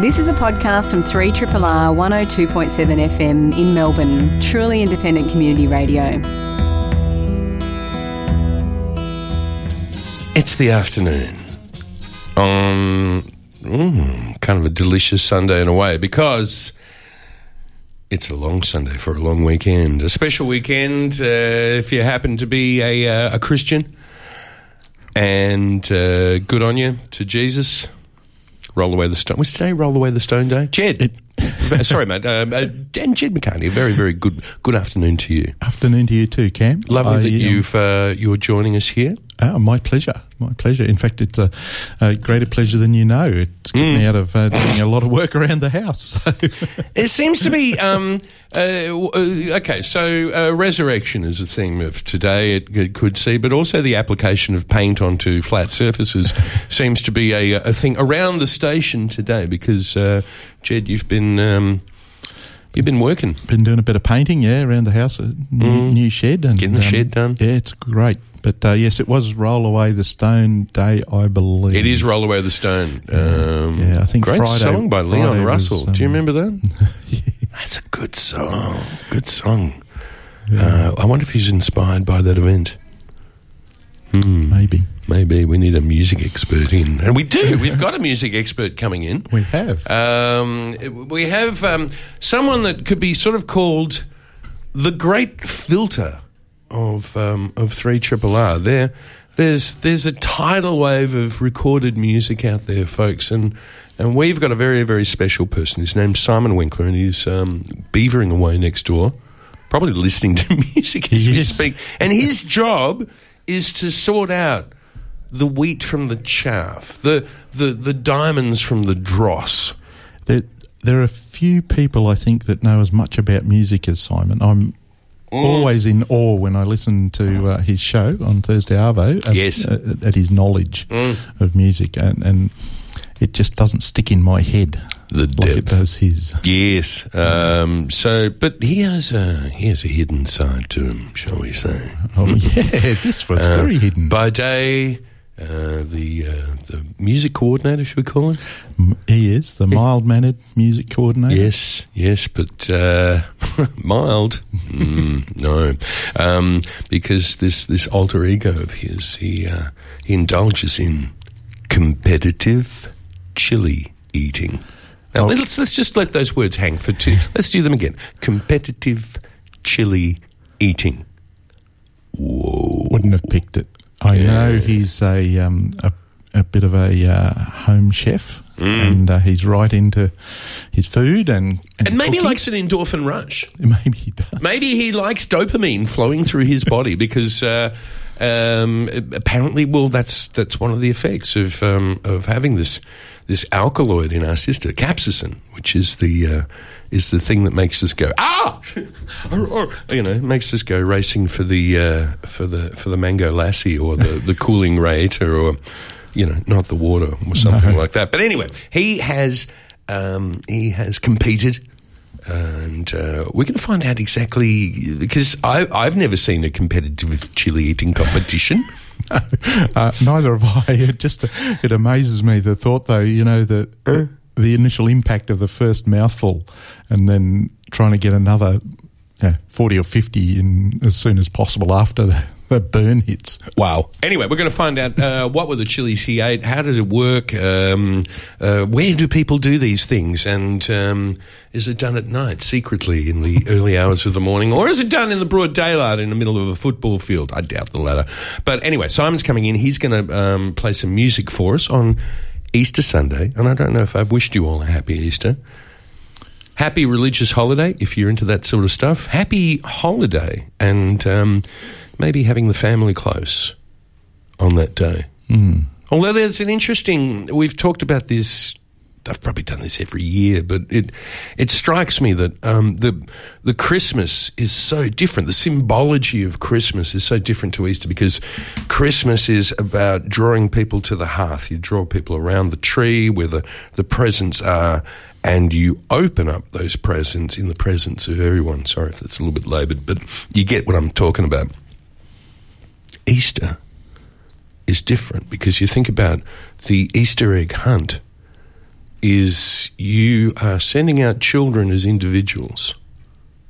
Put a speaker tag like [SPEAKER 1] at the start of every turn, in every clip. [SPEAKER 1] This is a podcast from 3RRR 102.7 FM in Melbourne, truly independent community radio.
[SPEAKER 2] It's the afternoon on mm, kind of a delicious Sunday in a way because it's a long Sunday for a long weekend, a special weekend uh, if you happen to be a, uh, a Christian. And uh, good on you to Jesus. Roll away the stone. Was today Roll Away the Stone Day? Jed. Sorry, mate. Um, uh, and Jed McCartney, very, very good good afternoon to you.
[SPEAKER 3] Afternoon to you too, Cam.
[SPEAKER 2] Lovely
[SPEAKER 3] I,
[SPEAKER 2] that
[SPEAKER 3] um,
[SPEAKER 2] you've, uh, you're joining us here.
[SPEAKER 3] ah, my pleasure. My pleasure. In fact, it's a, a greater pleasure than you know. It's got
[SPEAKER 2] Mm.
[SPEAKER 3] me out of uh, doing a lot of work around the house. So,
[SPEAKER 2] It seems to be um, uh, w- uh, okay. So uh, resurrection is a theme of today. It, it could see, but also the application of paint onto flat surfaces seems to be a, a thing around the station today. Because uh, Jed, you've been um, you've been working.
[SPEAKER 3] been doing a bit of painting, yeah, around the house, a new, new shed, and
[SPEAKER 2] Mm.
[SPEAKER 3] um,
[SPEAKER 2] Getting the shed done.
[SPEAKER 3] Yeah, it's great. But uh, yes, it was roll away the stone day, I believe.
[SPEAKER 2] It is roll away the stone. Um,
[SPEAKER 3] Yeah, I think
[SPEAKER 2] great
[SPEAKER 3] Friday-
[SPEAKER 2] song by Leon
[SPEAKER 3] Friday was,
[SPEAKER 2] Russell. Do you
[SPEAKER 3] um,
[SPEAKER 2] remember that? That's a good song. Good song. Uh, I wonder if he's inspired by that event.
[SPEAKER 3] maybe
[SPEAKER 2] Maybe we need a music expert in. And we do. We've got a music expert coming in.
[SPEAKER 3] we have.
[SPEAKER 2] Um, we have um, someone that could be sort of called the great filter of um, of three triple R. There, there's there's a tidal wave of recorded music out there, folks, and and we've got a very very special person. His name's Simon Winkler, and he's um, beavering away next door, probably listening to music as we
[SPEAKER 3] Yes.
[SPEAKER 2] speak. And his job is to sort out the wheat from the chaff, the the the diamonds from the dross.
[SPEAKER 3] There, there are few people I think that know as much about music as Simon. I'm
[SPEAKER 2] Mm.
[SPEAKER 3] always in awe when I listen to uh, his show on Thursday Arvo. At,
[SPEAKER 2] Yes. Mm.
[SPEAKER 3] uh, at his knowledge of music, and, and it just doesn't stick in my head
[SPEAKER 2] The
[SPEAKER 3] like it
[SPEAKER 2] depth.
[SPEAKER 3] does his.
[SPEAKER 2] Yes. Um, so, but he has a he has a hidden side to him, shall we say?
[SPEAKER 3] Oh yeah, this
[SPEAKER 2] Uh,
[SPEAKER 3] was very hidden.
[SPEAKER 2] By day, uh, the uh, the music coordinator, should we call him?
[SPEAKER 3] M- he is the mild-mannered music coordinator.
[SPEAKER 2] Yes, yes, but uh, mild. Mm, no, um, because this this alter ego of his, he uh, he indulges in competitive chili eating. Now let's let's just let those words hang for two. Let's do them again. Competitive chili eating.
[SPEAKER 3] wouldn't have picked it. I know he's a um, a, a bit of a uh, home chef,
[SPEAKER 2] Mm.
[SPEAKER 3] and uh, he's right into his food and and,
[SPEAKER 2] And maybe he
[SPEAKER 3] cooking.
[SPEAKER 2] likes an endorphin rush.
[SPEAKER 3] maybe he does.
[SPEAKER 2] Maybe he likes dopamine flowing through his body because uh, um, apparently, well, that's that's one of the effects of um, of having this this alkaloid in our system, capsaicin, which is the uh, is the thing that makes us go ah, Or- or, you know, makes us go racing for the uh, for the for the mango lassie or the the cooling radiator or you know, not the water or something like that. But anyway, he has um, he has competed and uh, we're going to find out exactly because I, I've never seen a competitive chili eating competition.
[SPEAKER 3] Uh, neither have I. It just it amazes me the thought, though. You know that
[SPEAKER 2] Uh.
[SPEAKER 3] the, the initial impact of the first mouthful, and then trying to get another yeah, forty or fifty in as soon as possible after the, the burn hits.
[SPEAKER 2] wow. Anyway, we're going to find out uh, what were the chilies he ate, how did it work, um, uh, where do people do these things, and um, is it done at night secretly in the early hours of the morning, or is it done in the broad daylight in the middle of a football field? I doubt the latter. But anyway, Simon's coming in. He's going to um, play some music for us on Easter Sunday, and I don't know if I've wished you all a happy Easter. happy religious holiday if you're into that sort of stuff. Happy holiday and um, maybe having the family close on that day. Mm. Although there's an interesting, we've talked about this. I've probably done this every year, but it it strikes me that um, the the Christmas is so different. The symbology of Christmas is so different to Easter because Christmas is about drawing people to the hearth. You draw people around the tree where the, the presents are, and you open up those presents in the presence of everyone. Sorry if that's a little bit laboured, but you get what I'm talking about. Easter is different because you think about the Easter egg hunt is you are sending out children as individuals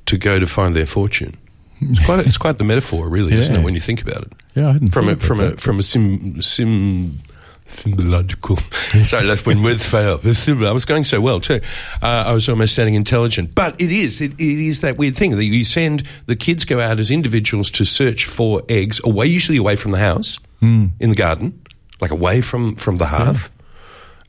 [SPEAKER 2] to go to find their fortune. It's quite, it's quite the metaphor, really, isn't
[SPEAKER 3] Yeah.
[SPEAKER 2] it, when you think about it?
[SPEAKER 3] Yeah, I hadn't
[SPEAKER 2] From a,
[SPEAKER 3] thought
[SPEAKER 2] from
[SPEAKER 3] about
[SPEAKER 2] a,
[SPEAKER 3] that.
[SPEAKER 2] from a sim, sim, symbological. Sorry, that's when words fail. The symbol- I was going so well, too. Uh, I was almost sounding intelligent. But it is, it, it is that weird thing that you send the kids go out as individuals to search for eggs, away, usually away from the house,
[SPEAKER 3] Hmm.
[SPEAKER 2] in the garden, like away from, from the hearth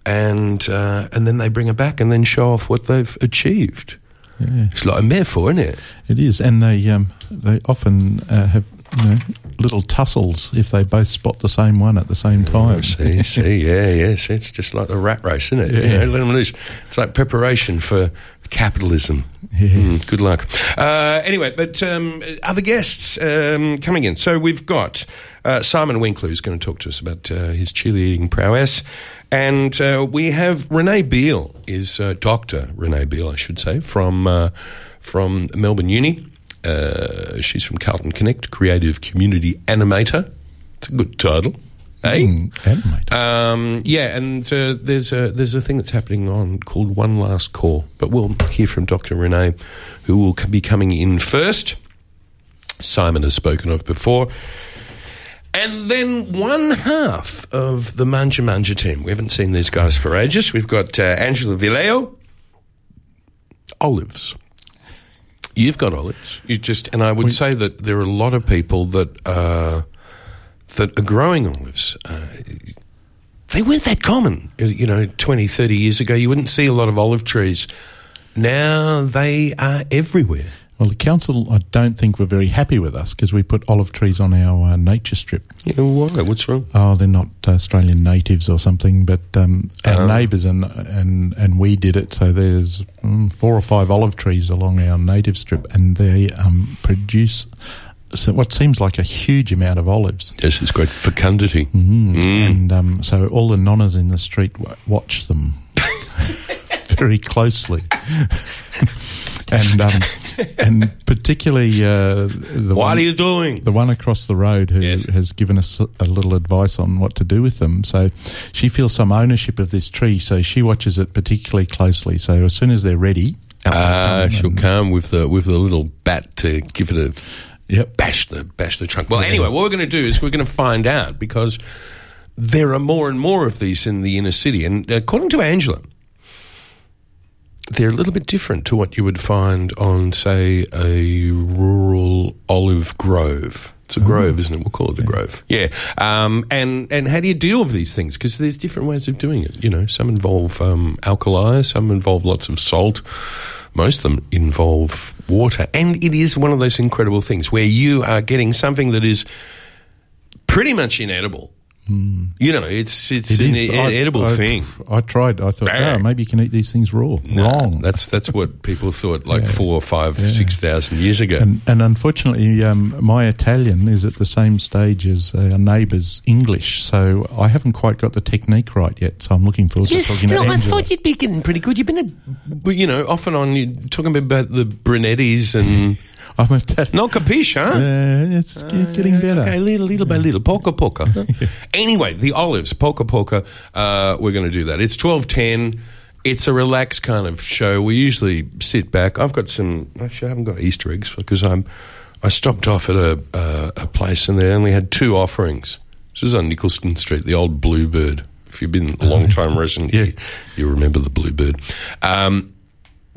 [SPEAKER 2] and uh, and then they bring it back and then show off what they've achieved. It's like a metaphor, isn't it?
[SPEAKER 3] It is, and they um, they often uh, have you know, little tussles if they both spot the same one at the same time.
[SPEAKER 2] see, see, yeah, yes. It's just like the rat race, isn't it? You
[SPEAKER 3] Yeah.
[SPEAKER 2] know, let them loose. It's like preparation for capitalism. Hmm,
[SPEAKER 3] Yes.
[SPEAKER 2] good luck. Uh, anyway, but um, other guests um, coming in. So we've got uh, Simon Winkler who's going to talk to us about uh, his cheerleading prowess. And uh, we have Renee Beale is uh, Doctor Renee Beale, I should say, from uh, from Melbourne Uni. Uh, she's from Carlton Connect, creative community animator. It's a good title, eh?
[SPEAKER 3] Mm, animated.
[SPEAKER 2] Um, yeah, and uh, there's a there's a thing that's happening on called One Last Call, but we'll hear from Dr. Renee, who will c- be coming in first. Simon has spoken of before. And then one half of the Manja Manja team. We haven't seen these guys for ages. We've got uh, Angela Vileo, olives. You've got olives. You just, and I would say that there are a lot of people that uh, that are growing olives. Uh, they weren't that common, uh, you know, 20, 30 years ago. You wouldn't see a lot of olive trees. Now they are everywhere.
[SPEAKER 3] Well, the council, I don't think, were very happy with us because we put olive trees on our uh, nature strip.
[SPEAKER 2] Yeah, why? What's wrong?
[SPEAKER 3] Oh, they're not Australian natives or something, but um, our neighbours and, and and we did it. So there's mm, four or five olive trees along our native strip, and they um, produce so what seems like a huge amount of olives.
[SPEAKER 2] Yes, it's great fecundity. Mm.
[SPEAKER 3] And um, so all the nonnas in the street w- watch them very closely. and um, and particularly uh, the
[SPEAKER 2] What
[SPEAKER 3] one,
[SPEAKER 2] are you doing?
[SPEAKER 3] the one across the road who
[SPEAKER 2] Yes.
[SPEAKER 3] has given us a little advice on what to do with them. So she feels some ownership of this tree, so she watches it particularly closely. So as soon as they're ready, out they
[SPEAKER 2] Ah,
[SPEAKER 3] come
[SPEAKER 2] she'll
[SPEAKER 3] and-
[SPEAKER 2] come with the with the little bat to give it a
[SPEAKER 3] Yep.
[SPEAKER 2] bash the bash the trunk. Well, anyway, what we're going to do is we're going to find out because there are more and more of these in the inner city, and according to Angela, they're a little bit different to what you would find on, say, a rural olive grove. It's a grove, isn't it? We'll call it a grove. Yeah. Um, and and how do you deal with these things? Because there's different ways of doing it. You know, some involve um, alkali, some involve lots of salt. Most of them involve water, and it is one of those incredible things where you are getting something that is pretty much inedible. You know, it's it's
[SPEAKER 3] It
[SPEAKER 2] an
[SPEAKER 3] is.
[SPEAKER 2] i-
[SPEAKER 3] I-
[SPEAKER 2] inedible
[SPEAKER 3] I-
[SPEAKER 2] thing.
[SPEAKER 3] I tried. I thought,
[SPEAKER 2] Bang.
[SPEAKER 3] oh, maybe you can eat these things raw.
[SPEAKER 2] No,
[SPEAKER 3] Wrong.
[SPEAKER 2] That's that's what people thought like four or five, six thousand years ago.
[SPEAKER 3] And, and unfortunately, um, my Italian is at the same stage as uh, our neighbour's English, so I haven't quite got the technique right yet. So I'm looking forward to
[SPEAKER 2] you
[SPEAKER 3] talking
[SPEAKER 2] still,
[SPEAKER 3] to
[SPEAKER 2] I
[SPEAKER 3] Angela.
[SPEAKER 2] thought you'd be getting pretty good. You've been, a, but, you know, off and on. You're talking about the Brunettis and
[SPEAKER 3] I'm at that.
[SPEAKER 2] not capiche, huh?
[SPEAKER 3] Uh, it's getting better.
[SPEAKER 2] Okay, little, little by little, polka polka. Anyway, the olives, polka polka. Uh, we're going to do that. It's twelve ten. It's a relaxed kind of show. We usually sit back. I've got some. Actually, I haven't got Easter eggs because I'm. I stopped off at a uh, a place and they only had two offerings. This is on Nicholson Street, the old Bluebird. If you've been a long time resident,
[SPEAKER 3] Oh, Yeah.
[SPEAKER 2] you, you remember the Bluebird. Um,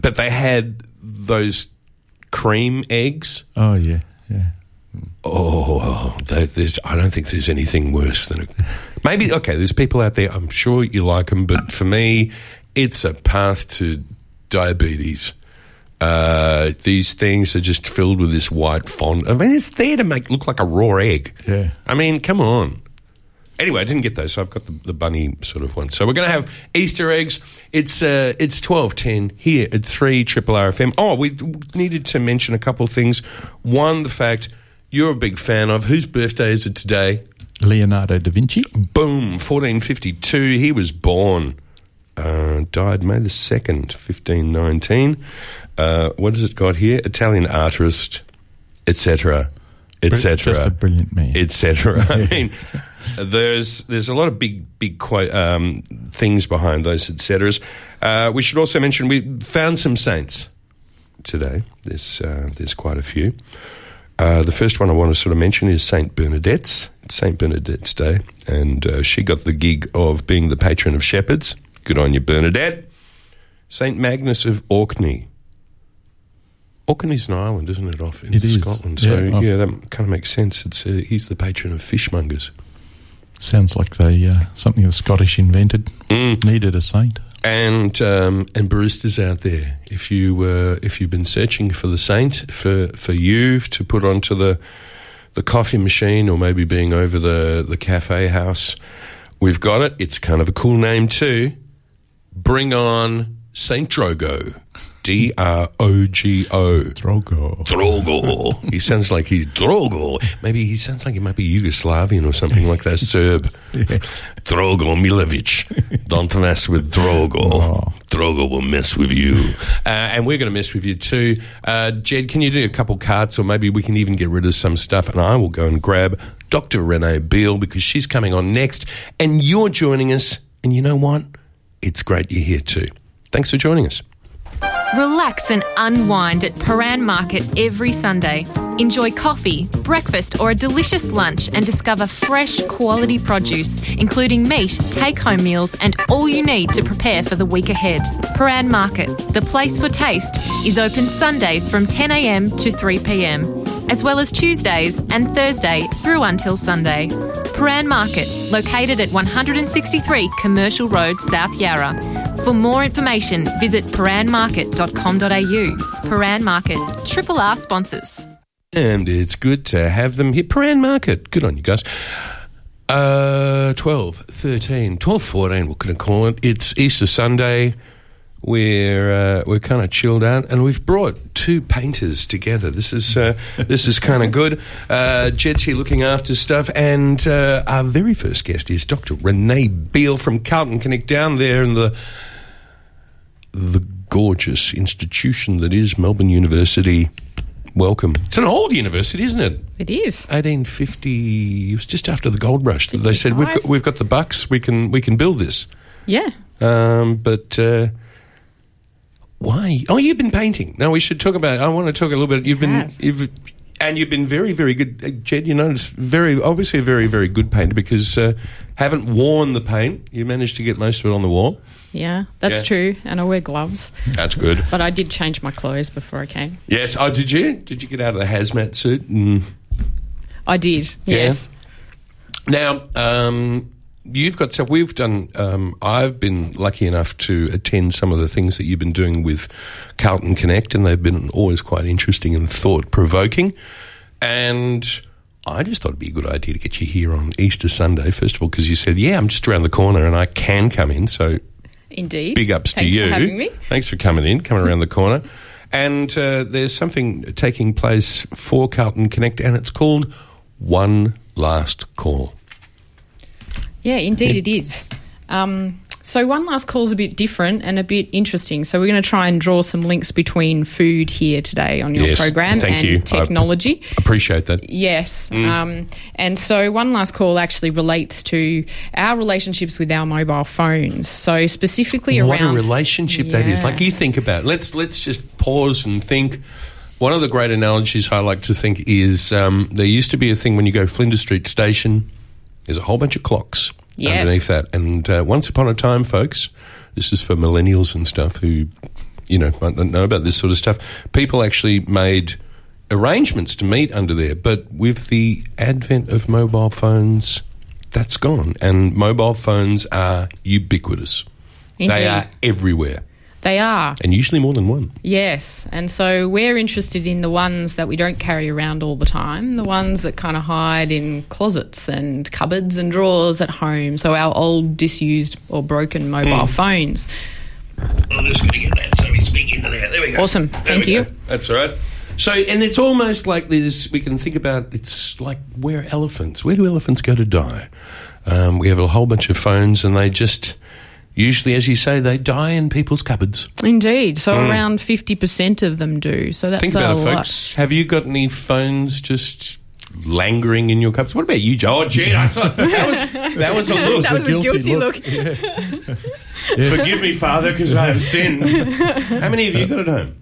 [SPEAKER 2] but they had those cream eggs.
[SPEAKER 3] Oh yeah, yeah.
[SPEAKER 2] Oh, there- there's, I don't think there's anything worse than a, maybe. Okay, there's people out there. I'm sure you like them, but for me, it's a path to diabetes. Uh, these things are just filled with this white fond. I mean, it's there to make look like a raw egg.
[SPEAKER 3] Yeah.
[SPEAKER 2] I mean, come on. Anyway, I didn't get those, so I've got the, the bunny sort of one. So we're going to have Easter eggs. It's uh, it's twelve ten here at three Triple RFM. Oh, we d- needed to mention a couple of things. One, the fact you're a big fan of whose birthday is it today?
[SPEAKER 3] Leonardo da Vinci.
[SPEAKER 2] Boom, fourteen fifty two. He was born, uh, died May the second, fifteen nineteen. Uh, what has it got here? Italian artist, etc.,
[SPEAKER 3] Just a
[SPEAKER 2] etc
[SPEAKER 3] brilliant man.
[SPEAKER 2] etc. I mean, There's there's a lot of big big quote um, things behind those etceteras. Uh, we should also mention we found some saints today. There's uh, there's quite a few. Uh, the first one I want to sort of mention is Saint Bernadette's. It's Saint Bernadette's Day, and uh, she got the gig of being the patron of shepherds. Good on you, Bernadette. Saint Magnus of Orkney. Orkney's an island, isn't it? Off in
[SPEAKER 3] It is.
[SPEAKER 2] Scotland, so
[SPEAKER 3] Yeah,
[SPEAKER 2] yeah,
[SPEAKER 3] I've-
[SPEAKER 2] that kind of makes sense. It's uh, he's the patron of fishmongers.
[SPEAKER 3] Sounds like they uh, something the Scottish invented.
[SPEAKER 2] Mm.
[SPEAKER 3] Needed a saint.
[SPEAKER 2] and um, and baristas out there, if you uh, if you've been searching for the saint for for you to put onto the the coffee machine or maybe being over the the cafe house, we've got it. It's kind of a cool name too. Bring on Saint Drogo, D R O G O.
[SPEAKER 3] Drogo.
[SPEAKER 2] Drogo. he sounds like he's Drogo. Maybe he sounds like he might be Yugoslavian or something like that, Serb. Drogo Milovic. Don't mess with Drogo. Drogo will mess with you. Uh, and we're going to mess with you too. Uh, Jed, can you do a couple carts or maybe we can even get rid of some stuff and I will go and grab Dr. Renee Beale because she's coming on next and you're joining us. And you know what? It's great you're here too. Thanks for joining us.
[SPEAKER 4] Relax and unwind at Paran Market every Sunday. Enjoy coffee, breakfast, or a delicious lunch and discover fresh, quality produce, including meat, take home meals, and all you need to prepare for the week ahead. Paran Market, the place for taste, is open Sundays from 10am to 3pm, as well as Tuesdays and Thursday through until Sunday. Paran Market, located at 163 Commercial Road, South Yarra. For more information, visit paranmarket.com.au. Paran Market, Triple R sponsors.
[SPEAKER 2] And it's good to have them here. Paran Market. Good on you guys. Uh, 12, 13, 12, 14, what can I call it? It's Easter Sunday. We're uh, we're kind of chilled out, and we've brought two painters together. This is uh, this is kind of good. Uh, Jed's here looking after stuff, and uh, our very first guest is Dr. Renee Beale from Carlton Connect down there in the the gorgeous institution that is Melbourne University. Welcome. It's an old university, isn't it?
[SPEAKER 5] It is.
[SPEAKER 2] 1850. It was just after the gold rush that they said we've got, we've got the bucks. We can we can build this.
[SPEAKER 5] Yeah.
[SPEAKER 2] Um, but uh, why? Oh, you've been painting. No, we should talk about. I want to talk a little bit. You've been
[SPEAKER 5] have.
[SPEAKER 2] you've and you've been very very good, uh, Jed. You know, it's very obviously a very very good painter because uh, haven't worn the paint. You managed to get most of it on the wall.
[SPEAKER 5] Yeah, that's
[SPEAKER 2] Yeah.
[SPEAKER 5] true. And I wear gloves,
[SPEAKER 2] That's good.
[SPEAKER 5] but I did change my clothes before I came.
[SPEAKER 2] Yes. Oh, did you? Did you get out of the hazmat suit? And
[SPEAKER 5] I did.
[SPEAKER 2] Yeah.
[SPEAKER 5] Yes.
[SPEAKER 2] Now, um, you've got stuff. We've done. Um, I've been lucky enough to attend some of the things that you've been doing with Carlton Connect, and they've been always quite interesting and thought provoking. And I just thought it'd be a good idea to get you here on Easter Sunday, first of all, because you said, "Yeah, I'm just around the corner, and I can come in." So
[SPEAKER 5] Indeed.
[SPEAKER 2] Big ups
[SPEAKER 5] Thanks
[SPEAKER 2] to you.
[SPEAKER 5] For having me.
[SPEAKER 2] Thanks for coming in, coming around the corner. And uh, there's something taking place for Carlton Connect, and it's called One Last Call.
[SPEAKER 5] Yeah, indeed it is. Um, so one last call is a bit different and a bit interesting. So we're going to try and draw some links between food here today on your
[SPEAKER 2] Yes,
[SPEAKER 5] program
[SPEAKER 2] thank
[SPEAKER 5] and
[SPEAKER 2] you. I- Mm.
[SPEAKER 5] technology.
[SPEAKER 2] Appreciate that.
[SPEAKER 5] Yes. Um, and so One Last Call actually relates to our relationships with our mobile phones. So specifically
[SPEAKER 2] what
[SPEAKER 5] around
[SPEAKER 2] a relationship that is
[SPEAKER 5] Yeah.
[SPEAKER 2] like you think about it. let's let's just pause and think one of the great analogies i like to think is um, there used to be a thing when you go flinders street station there's a whole bunch of clocks
[SPEAKER 5] Yes.
[SPEAKER 2] underneath that and uh, once upon a time folks this is for millennials and stuff who you know might not know about this sort of stuff people actually made arrangements to meet under there but with the advent of mobile phones that's gone and mobile phones are ubiquitous they
[SPEAKER 5] Indeed.
[SPEAKER 2] are everywhere,
[SPEAKER 5] They are.
[SPEAKER 2] and usually more than one.
[SPEAKER 5] Yes, and so we're interested in the ones that we don't carry around all the time, the ones that kind of hide in closets and cupboards and drawers at home. So our old, disused or broken
[SPEAKER 2] Mm.
[SPEAKER 5] mobile phones.
[SPEAKER 2] I'm just going to get that so we speak into there. There we go.
[SPEAKER 5] Awesome. Thank
[SPEAKER 2] we
[SPEAKER 5] you.
[SPEAKER 2] go. That's all right. So, and it's almost like there's, we can think about it's like where elephants, where do elephants go to die? Um, we have a whole bunch of phones, and they just, usually, as you say, they die in people's cupboards.
[SPEAKER 5] Indeed. So around fifty percent of them do. So that's
[SPEAKER 2] Mm. Think
[SPEAKER 5] a
[SPEAKER 2] about it,
[SPEAKER 5] lot.
[SPEAKER 2] folks. Have you got any phones just languoring in your cups. What about you, Joe? Oh, gee, I thought that was that was a look.
[SPEAKER 5] That was a guilty look.
[SPEAKER 2] Forgive me, Father, because I have sinned. How many have you got at home?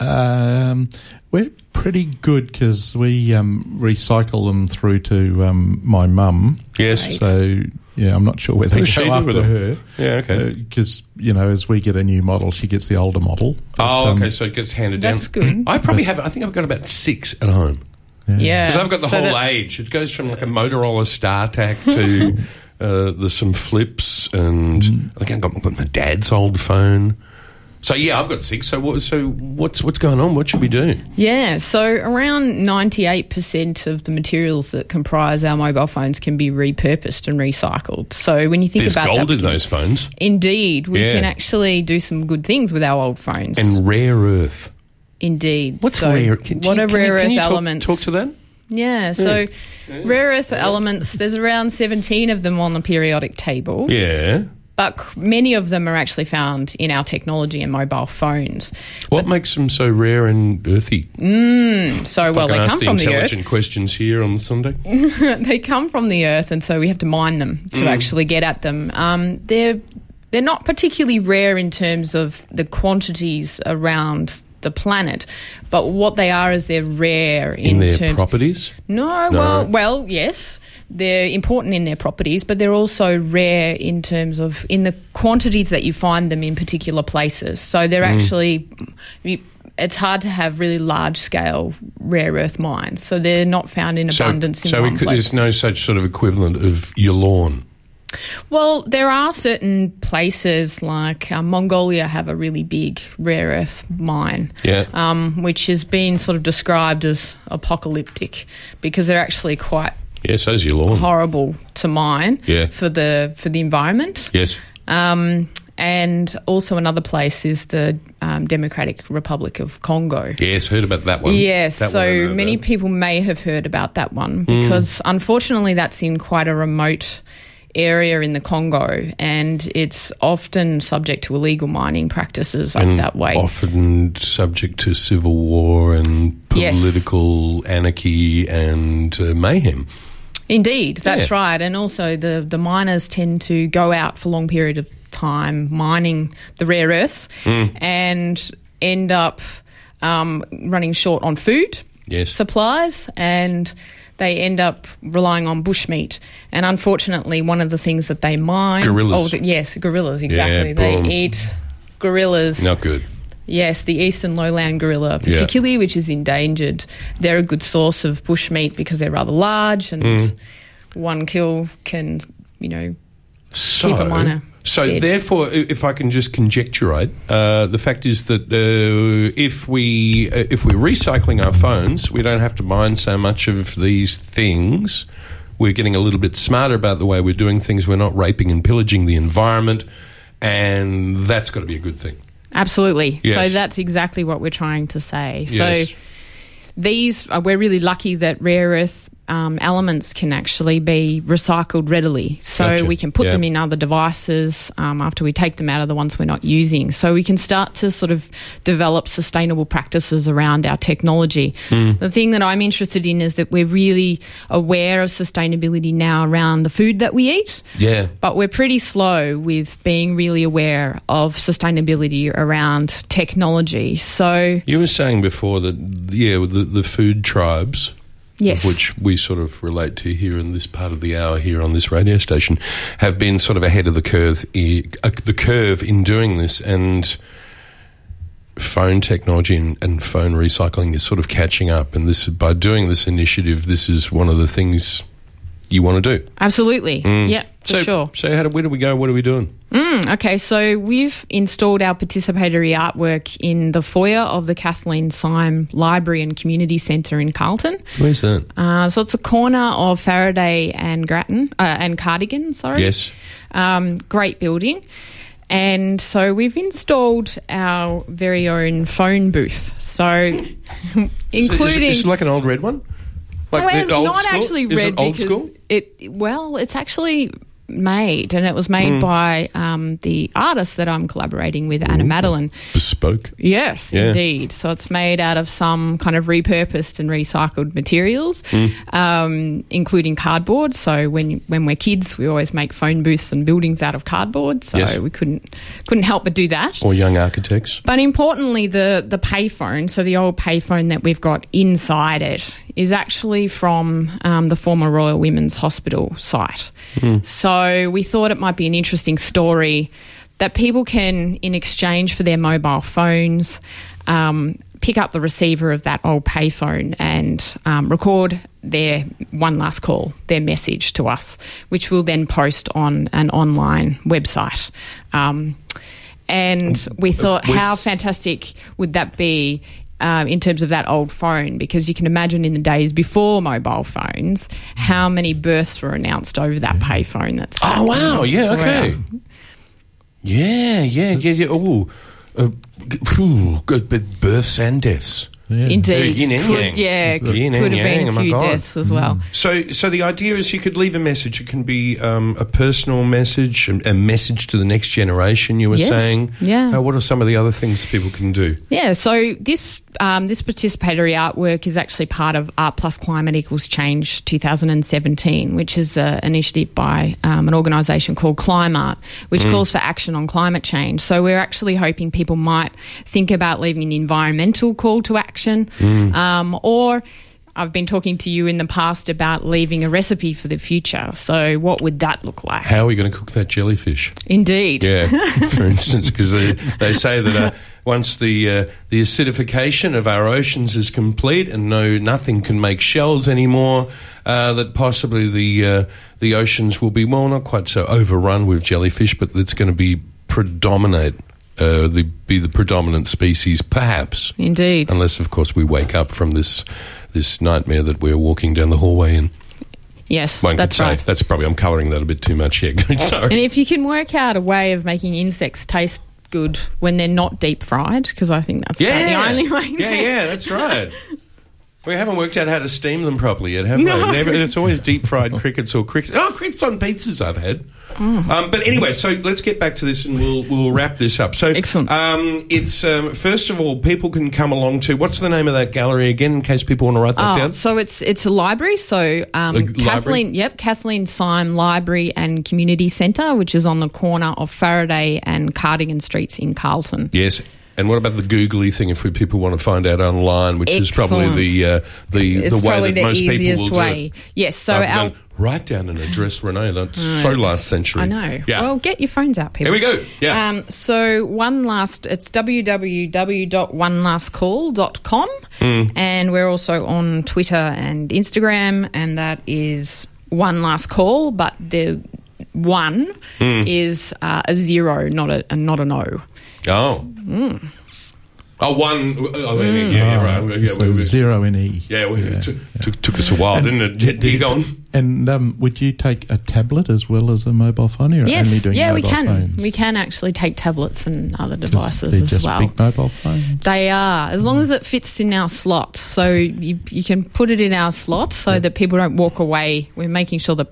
[SPEAKER 3] Um, we're pretty good because we um, recycle them through to um, my mum.
[SPEAKER 2] Yes. Right.
[SPEAKER 3] So yeah, I'm not sure whether they
[SPEAKER 2] Who's she
[SPEAKER 3] go
[SPEAKER 2] with
[SPEAKER 3] after
[SPEAKER 2] them?
[SPEAKER 3] her.
[SPEAKER 2] Yeah, okay.
[SPEAKER 3] Because you know, as we get a new model, she gets the older model. But,
[SPEAKER 2] Oh,
[SPEAKER 3] um,
[SPEAKER 2] okay. So it gets handed down.
[SPEAKER 5] That's good.
[SPEAKER 2] I probably have. I think I've got about six at home
[SPEAKER 5] Yeah.
[SPEAKER 2] because I've got the
[SPEAKER 5] Uh, So
[SPEAKER 2] whole
[SPEAKER 5] that-
[SPEAKER 2] age. It goes from like a Motorola StarTAC to uh, there's some flips, and
[SPEAKER 5] Hmm.
[SPEAKER 2] I think I've got, I've got my dad's old phone. So yeah, I've got six. So what? So what's what's going on? What should we do?
[SPEAKER 5] Yeah, so around 98% of the materials that comprise our mobile phones can be repurposed and recycled. So when you think
[SPEAKER 2] There's
[SPEAKER 5] about
[SPEAKER 2] gold
[SPEAKER 5] that,
[SPEAKER 2] in those phones
[SPEAKER 5] Indeed, we
[SPEAKER 2] Yeah.
[SPEAKER 5] can actually do some good things with our old phones.
[SPEAKER 2] and rare earth.
[SPEAKER 5] Indeed.
[SPEAKER 2] What's
[SPEAKER 5] So
[SPEAKER 2] rare? Can,
[SPEAKER 5] what are
[SPEAKER 2] can
[SPEAKER 5] rare
[SPEAKER 2] can
[SPEAKER 5] earth
[SPEAKER 2] talk-
[SPEAKER 5] elements?
[SPEAKER 2] Talk, to that.
[SPEAKER 5] Yeah, so rare earth elements, there's around 17 of them on the periodic table.
[SPEAKER 2] Yeah.
[SPEAKER 5] But c- many of them are actually found in our technology and mobile phones.
[SPEAKER 2] What makes them so rare and earthy?
[SPEAKER 5] So, well,
[SPEAKER 2] I
[SPEAKER 5] they
[SPEAKER 2] can
[SPEAKER 5] come
[SPEAKER 2] ask the
[SPEAKER 5] from the earth.
[SPEAKER 2] intelligent questions here on Sunday.
[SPEAKER 5] they come from the earth, and so we have to mine them
[SPEAKER 2] Mm.
[SPEAKER 5] to actually get at them. Um, they're they're not particularly rare in terms of the quantities around the planet, but what they are is they're rare in,
[SPEAKER 2] in their
[SPEAKER 5] terms.
[SPEAKER 2] properties.
[SPEAKER 5] no,
[SPEAKER 2] No.
[SPEAKER 5] well, well, yes, they're important in their properties, but they're also rare in terms of in the quantities that you find them in particular places. So they're
[SPEAKER 2] Mm.
[SPEAKER 5] actually. You, it's hard to have really large scale rare earth mines, so they're not found in abundance in
[SPEAKER 2] so
[SPEAKER 5] one
[SPEAKER 2] we could,
[SPEAKER 5] place.
[SPEAKER 2] there's no such sort of equivalent of your lawn.
[SPEAKER 5] Well, there are certain places like uh, Mongolia have a really big rare earth mine,
[SPEAKER 2] Yeah.
[SPEAKER 5] um, which has been sort of described as apocalyptic because they're actually quite
[SPEAKER 2] yeah, so's your lawn.
[SPEAKER 5] horrible to mine
[SPEAKER 2] Yeah.
[SPEAKER 5] for the for the environment.
[SPEAKER 2] yes.
[SPEAKER 5] Um, and also another place is the um, Democratic Republic of Congo.
[SPEAKER 2] Yes, heard about that one.
[SPEAKER 5] Yes,
[SPEAKER 2] That one I
[SPEAKER 5] so
[SPEAKER 2] know
[SPEAKER 5] many
[SPEAKER 2] about. Hmm.
[SPEAKER 5] people may have heard about that one because unfortunately that's in quite a remote area in the Congo and it's often subject to illegal mining practices up
[SPEAKER 2] And
[SPEAKER 5] that way.
[SPEAKER 2] Often subject to civil war and
[SPEAKER 5] Yes.
[SPEAKER 2] political anarchy and uh, mayhem.
[SPEAKER 5] Indeed, that's
[SPEAKER 2] Yeah.
[SPEAKER 5] right. And also the the miners tend to go out for long period of time mining the rare earths
[SPEAKER 2] Mm.
[SPEAKER 5] and end up um, running short on food
[SPEAKER 2] Yes.
[SPEAKER 5] supplies and they end up relying on bushmeat. And unfortunately, one of the things that they mine
[SPEAKER 2] Gorillas.
[SPEAKER 5] Oh, th- yes, gorillas. Exactly.
[SPEAKER 2] boom.
[SPEAKER 5] they eat gorillas.
[SPEAKER 2] Not good.
[SPEAKER 5] Yes, the eastern lowland gorilla,
[SPEAKER 2] Yeah.
[SPEAKER 5] particularly, which is endangered. They're a good source of bushmeat because they're rather large, and
[SPEAKER 2] Mm.
[SPEAKER 5] one kill can, you know,
[SPEAKER 2] So,
[SPEAKER 5] a miner
[SPEAKER 2] so
[SPEAKER 5] dead.
[SPEAKER 2] therefore, i- if I can just conjecturate, uh, the fact is that uh, if we uh, if we're recycling our phones, we don't have to mind so much of these things. We're getting a little bit smarter about the way we're doing things. We're not raping and pillaging the environment, and that's got to be a good thing.
[SPEAKER 5] absolutely. So
[SPEAKER 2] Yes.
[SPEAKER 5] that's exactly what we're trying to say.
[SPEAKER 2] Yes.
[SPEAKER 5] So these uh, we're really lucky that rare earth um, elements can actually be recycled readily so
[SPEAKER 2] Gotcha.
[SPEAKER 5] we can put
[SPEAKER 2] Yeah.
[SPEAKER 5] them in other devices um, after we take them out of the ones we're not using so we can start to sort of develop sustainable practices around our technology
[SPEAKER 2] Hmm.
[SPEAKER 5] the thing that i'm interested in is that we're really aware of sustainability now around the food that we eat
[SPEAKER 2] Yeah.
[SPEAKER 5] but we're pretty slow with being really aware of sustainability around technology so
[SPEAKER 2] You were saying before that yeah, the, the food tribes,
[SPEAKER 5] Yes.
[SPEAKER 2] of which we sort of relate to here in this part of the hour here on this radio station, have been sort of ahead of the curve, i- uh, the curve in doing this, and phone technology and, and phone recycling is sort of catching up. And this by doing this initiative, this is one of the things you want to do.
[SPEAKER 5] absolutely yeah
[SPEAKER 2] Hmm.
[SPEAKER 5] for
[SPEAKER 2] so,
[SPEAKER 5] sure
[SPEAKER 2] So how do, where do we go? What are we doing?
[SPEAKER 5] Mm, Okay, so we've installed our participatory artwork in the foyer of the Kathleen Syme Library and Community Centre in Carlton.
[SPEAKER 2] Where's that?
[SPEAKER 5] Uh, so it's a corner of Faraday and Grattan uh, and Cardigan. Sorry,
[SPEAKER 2] Yes.
[SPEAKER 5] um, great building. And so we've installed our very own phone booth. So, including
[SPEAKER 2] is, it like an old red one? Like
[SPEAKER 5] well,
[SPEAKER 2] the
[SPEAKER 5] Oh, it's
[SPEAKER 2] old
[SPEAKER 5] not
[SPEAKER 2] school?
[SPEAKER 5] actually
[SPEAKER 2] Is
[SPEAKER 5] red
[SPEAKER 2] it old
[SPEAKER 5] because
[SPEAKER 2] school?
[SPEAKER 5] it well, it's actually made, and it was
[SPEAKER 2] Hmm.
[SPEAKER 5] made by um, the artist that I'm collaborating with, Anna Madeline.
[SPEAKER 2] Bespoke.
[SPEAKER 5] Yes,
[SPEAKER 2] Yeah.
[SPEAKER 5] indeed. So it's made out of some kind of repurposed and recycled materials,
[SPEAKER 2] Hmm.
[SPEAKER 5] um, including cardboard. So when when we're kids, we always make phone booths and buildings out of cardboard. So
[SPEAKER 2] Yes.
[SPEAKER 5] we couldn't couldn't help but do that.
[SPEAKER 2] Or young architects.
[SPEAKER 5] But importantly, the the payphone, so the old payphone that we've got inside it, is actually from um, the former Royal Women's Hospital site. So we thought it might be an interesting story that people can, in exchange for their mobile phones, um, pick up the receiver of that old payphone and um, record their one last call, their message to us, which we'll then post on an online website. Um, and we thought,
[SPEAKER 2] with-
[SPEAKER 5] how fantastic would that be um, in terms of that old phone? Because you can imagine in the days before mobile phones, how many births were announced over that payphone. That's
[SPEAKER 2] Oh wow! Yeah. Okay.
[SPEAKER 5] Wow.
[SPEAKER 2] Yeah. Yeah. Yeah. Yeah. Oh, uh, g- phew, good. But births and deaths.
[SPEAKER 3] Yeah.
[SPEAKER 5] indeed,
[SPEAKER 2] Yin and yang.
[SPEAKER 5] could, yeah, could,
[SPEAKER 2] Yin and
[SPEAKER 5] could have
[SPEAKER 2] yang,
[SPEAKER 5] been
[SPEAKER 2] oh
[SPEAKER 5] a
[SPEAKER 2] my
[SPEAKER 5] few
[SPEAKER 2] God.
[SPEAKER 5] deaths as well.
[SPEAKER 2] So, so the idea is you could leave a message. It can be um, a personal message, a, a message to the next generation. You were
[SPEAKER 5] Yes.
[SPEAKER 2] saying.
[SPEAKER 5] Yeah.
[SPEAKER 2] Uh, what are some of the other things people can do?
[SPEAKER 5] Yeah, so this um, this participatory artwork is actually part of Art Plus Climate Equals Change 2017, which is an initiative by um, an organisation called Climart, which
[SPEAKER 2] Mm.
[SPEAKER 5] calls for action on climate change. So we're actually hoping people might think about leaving an environmental call to action,
[SPEAKER 2] Mm.
[SPEAKER 5] um, or I've been talking to you in the past about leaving a recipe for the future. So what would that look like?
[SPEAKER 2] How are we going to cook that jellyfish?
[SPEAKER 5] Indeed.
[SPEAKER 2] Yeah, for instance, because they, they say that uh, once the uh, the acidification of our oceans is complete and no nothing can make shells anymore, uh, that possibly the uh, the oceans will be well not quite so overrun with jellyfish, but it's going to be predominate. Uh, the, be the predominant species, perhaps,
[SPEAKER 5] Indeed.
[SPEAKER 2] unless of course we wake up from this this nightmare that we're walking down the hallway in.
[SPEAKER 5] Yes,
[SPEAKER 2] One
[SPEAKER 5] that's
[SPEAKER 2] could say
[SPEAKER 5] right.
[SPEAKER 2] that's probably I'm colouring that a bit too much here. Sorry.
[SPEAKER 5] And if you can work out a way of making insects taste good when they're not deep fried, because I think that's about the only way.
[SPEAKER 2] Yeah, yeah, that's right. We haven't worked out how to steam them properly yet, have we? Never, it's always deep fried crickets or crickets. Oh, crickets on pizzas I've had.
[SPEAKER 5] Mm.
[SPEAKER 2] Um, but anyway, so let's get back to this and we'll we'll wrap this up. So
[SPEAKER 5] Excellent.
[SPEAKER 2] Um, it's um, first of all, people can come along to what's the name of that gallery again, in case people want to write that
[SPEAKER 5] Oh,
[SPEAKER 2] down.
[SPEAKER 5] so it's it's a library. So um,
[SPEAKER 2] A library?
[SPEAKER 5] Kathleen, yep, Kathleen Syme Library and Community Centre, which is on the corner of Faraday and Cardigan Streets in Carlton.
[SPEAKER 2] Yes. And what about the googly thing? If we, people want to find out online, which is probably
[SPEAKER 5] Excellent.
[SPEAKER 2] the uh, the
[SPEAKER 5] It's
[SPEAKER 2] the way
[SPEAKER 5] probably
[SPEAKER 2] that
[SPEAKER 5] the
[SPEAKER 2] most people
[SPEAKER 5] easiest
[SPEAKER 2] will do
[SPEAKER 5] way.
[SPEAKER 2] it.
[SPEAKER 5] Yes, so
[SPEAKER 2] I've
[SPEAKER 5] our- Hmm.
[SPEAKER 2] done, write down an address, Renee. That's so last century.
[SPEAKER 5] I know.
[SPEAKER 2] Yeah.
[SPEAKER 5] Well, get your phones out, people.
[SPEAKER 2] Here we go. Yeah.
[SPEAKER 5] Um, so one last, it's www.onelastcall.com. And we're also on Twitter and Instagram. And that is one last call, but the one is uh, a zero, not a, a not an O.
[SPEAKER 2] oh.
[SPEAKER 5] hmm.
[SPEAKER 2] Oh, one. Oh, yeah, yeah, yeah, right. Yeah, we-
[SPEAKER 3] Ah, So
[SPEAKER 2] we-
[SPEAKER 3] zero in E.
[SPEAKER 2] yeah, we- it took, took, took us a while, didn't it? Yeah,
[SPEAKER 3] Did
[SPEAKER 2] you go on.
[SPEAKER 3] And um, would you take a tablet as well as a mobile phone? Or you're only
[SPEAKER 5] Yes.
[SPEAKER 3] doing
[SPEAKER 5] Yeah, we
[SPEAKER 3] mobile
[SPEAKER 5] can.
[SPEAKER 3] Phones?
[SPEAKER 5] We can actually take tablets and other
[SPEAKER 3] 'Cause
[SPEAKER 5] devices
[SPEAKER 3] they're
[SPEAKER 5] as
[SPEAKER 3] just
[SPEAKER 5] well.
[SPEAKER 3] Big mobile phone.
[SPEAKER 5] They are, as long as it fits in our slot. So you, you can put it in our slot so that people don't walk away. We're making sure that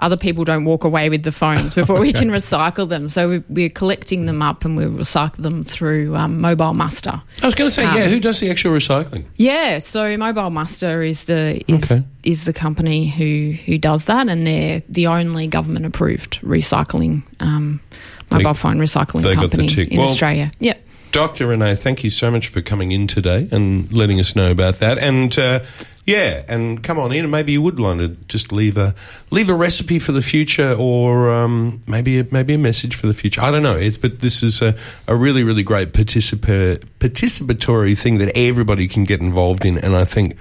[SPEAKER 5] other people don't walk away with the phones before we can recycle them. So we, we're collecting them up and we recycle them through um, Mobile Muster.
[SPEAKER 2] I was going to say,
[SPEAKER 5] Um,
[SPEAKER 2] yeah, who does the actual recycling?
[SPEAKER 5] Yeah, so Mobile Muster is the is
[SPEAKER 3] Okay.
[SPEAKER 5] is the company who who does that, and they're the only government approved recycling um, mobile phone recycling
[SPEAKER 2] they got the
[SPEAKER 5] company
[SPEAKER 2] tick.
[SPEAKER 5] in
[SPEAKER 2] Well-
[SPEAKER 5] Australia. Yep.
[SPEAKER 2] Dr. Renee, uh, thank you so much for coming in today and letting us know about that. And uh, yeah, and come on in, and maybe you would want to just leave a leave a recipe for the future, or um, maybe a, maybe a message for the future. I don't know, it's, but this is a, a really really great participa- participatory thing that everybody can get involved in, and I think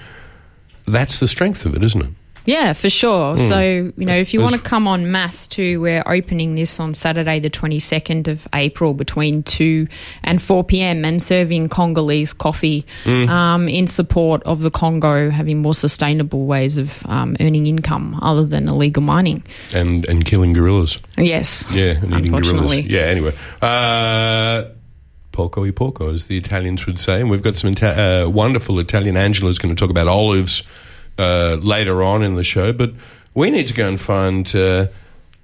[SPEAKER 2] that's the strength of it, isn't it?
[SPEAKER 5] Yeah, for sure.
[SPEAKER 2] Hmm.
[SPEAKER 5] So, you know, if you
[SPEAKER 2] There's-
[SPEAKER 5] want to come on mass too, we're opening this on Saturday, the 22nd of April, between 2 and 4 p.m., and serving Congolese coffee
[SPEAKER 2] Hmm.
[SPEAKER 5] um, in support of the Congo having more sustainable ways of um, earning income other than illegal mining.
[SPEAKER 2] And and killing gorillas,
[SPEAKER 5] Yes.
[SPEAKER 2] yeah, and eating gorillas,
[SPEAKER 5] unfortunately.
[SPEAKER 2] yeah. Anyway. Uh, Porco e porco, as the Italians would say. And we've got some Ita- uh, wonderful Italian. Angela's going to talk about olives uh, later on in the show, but we need to go and find. Uh,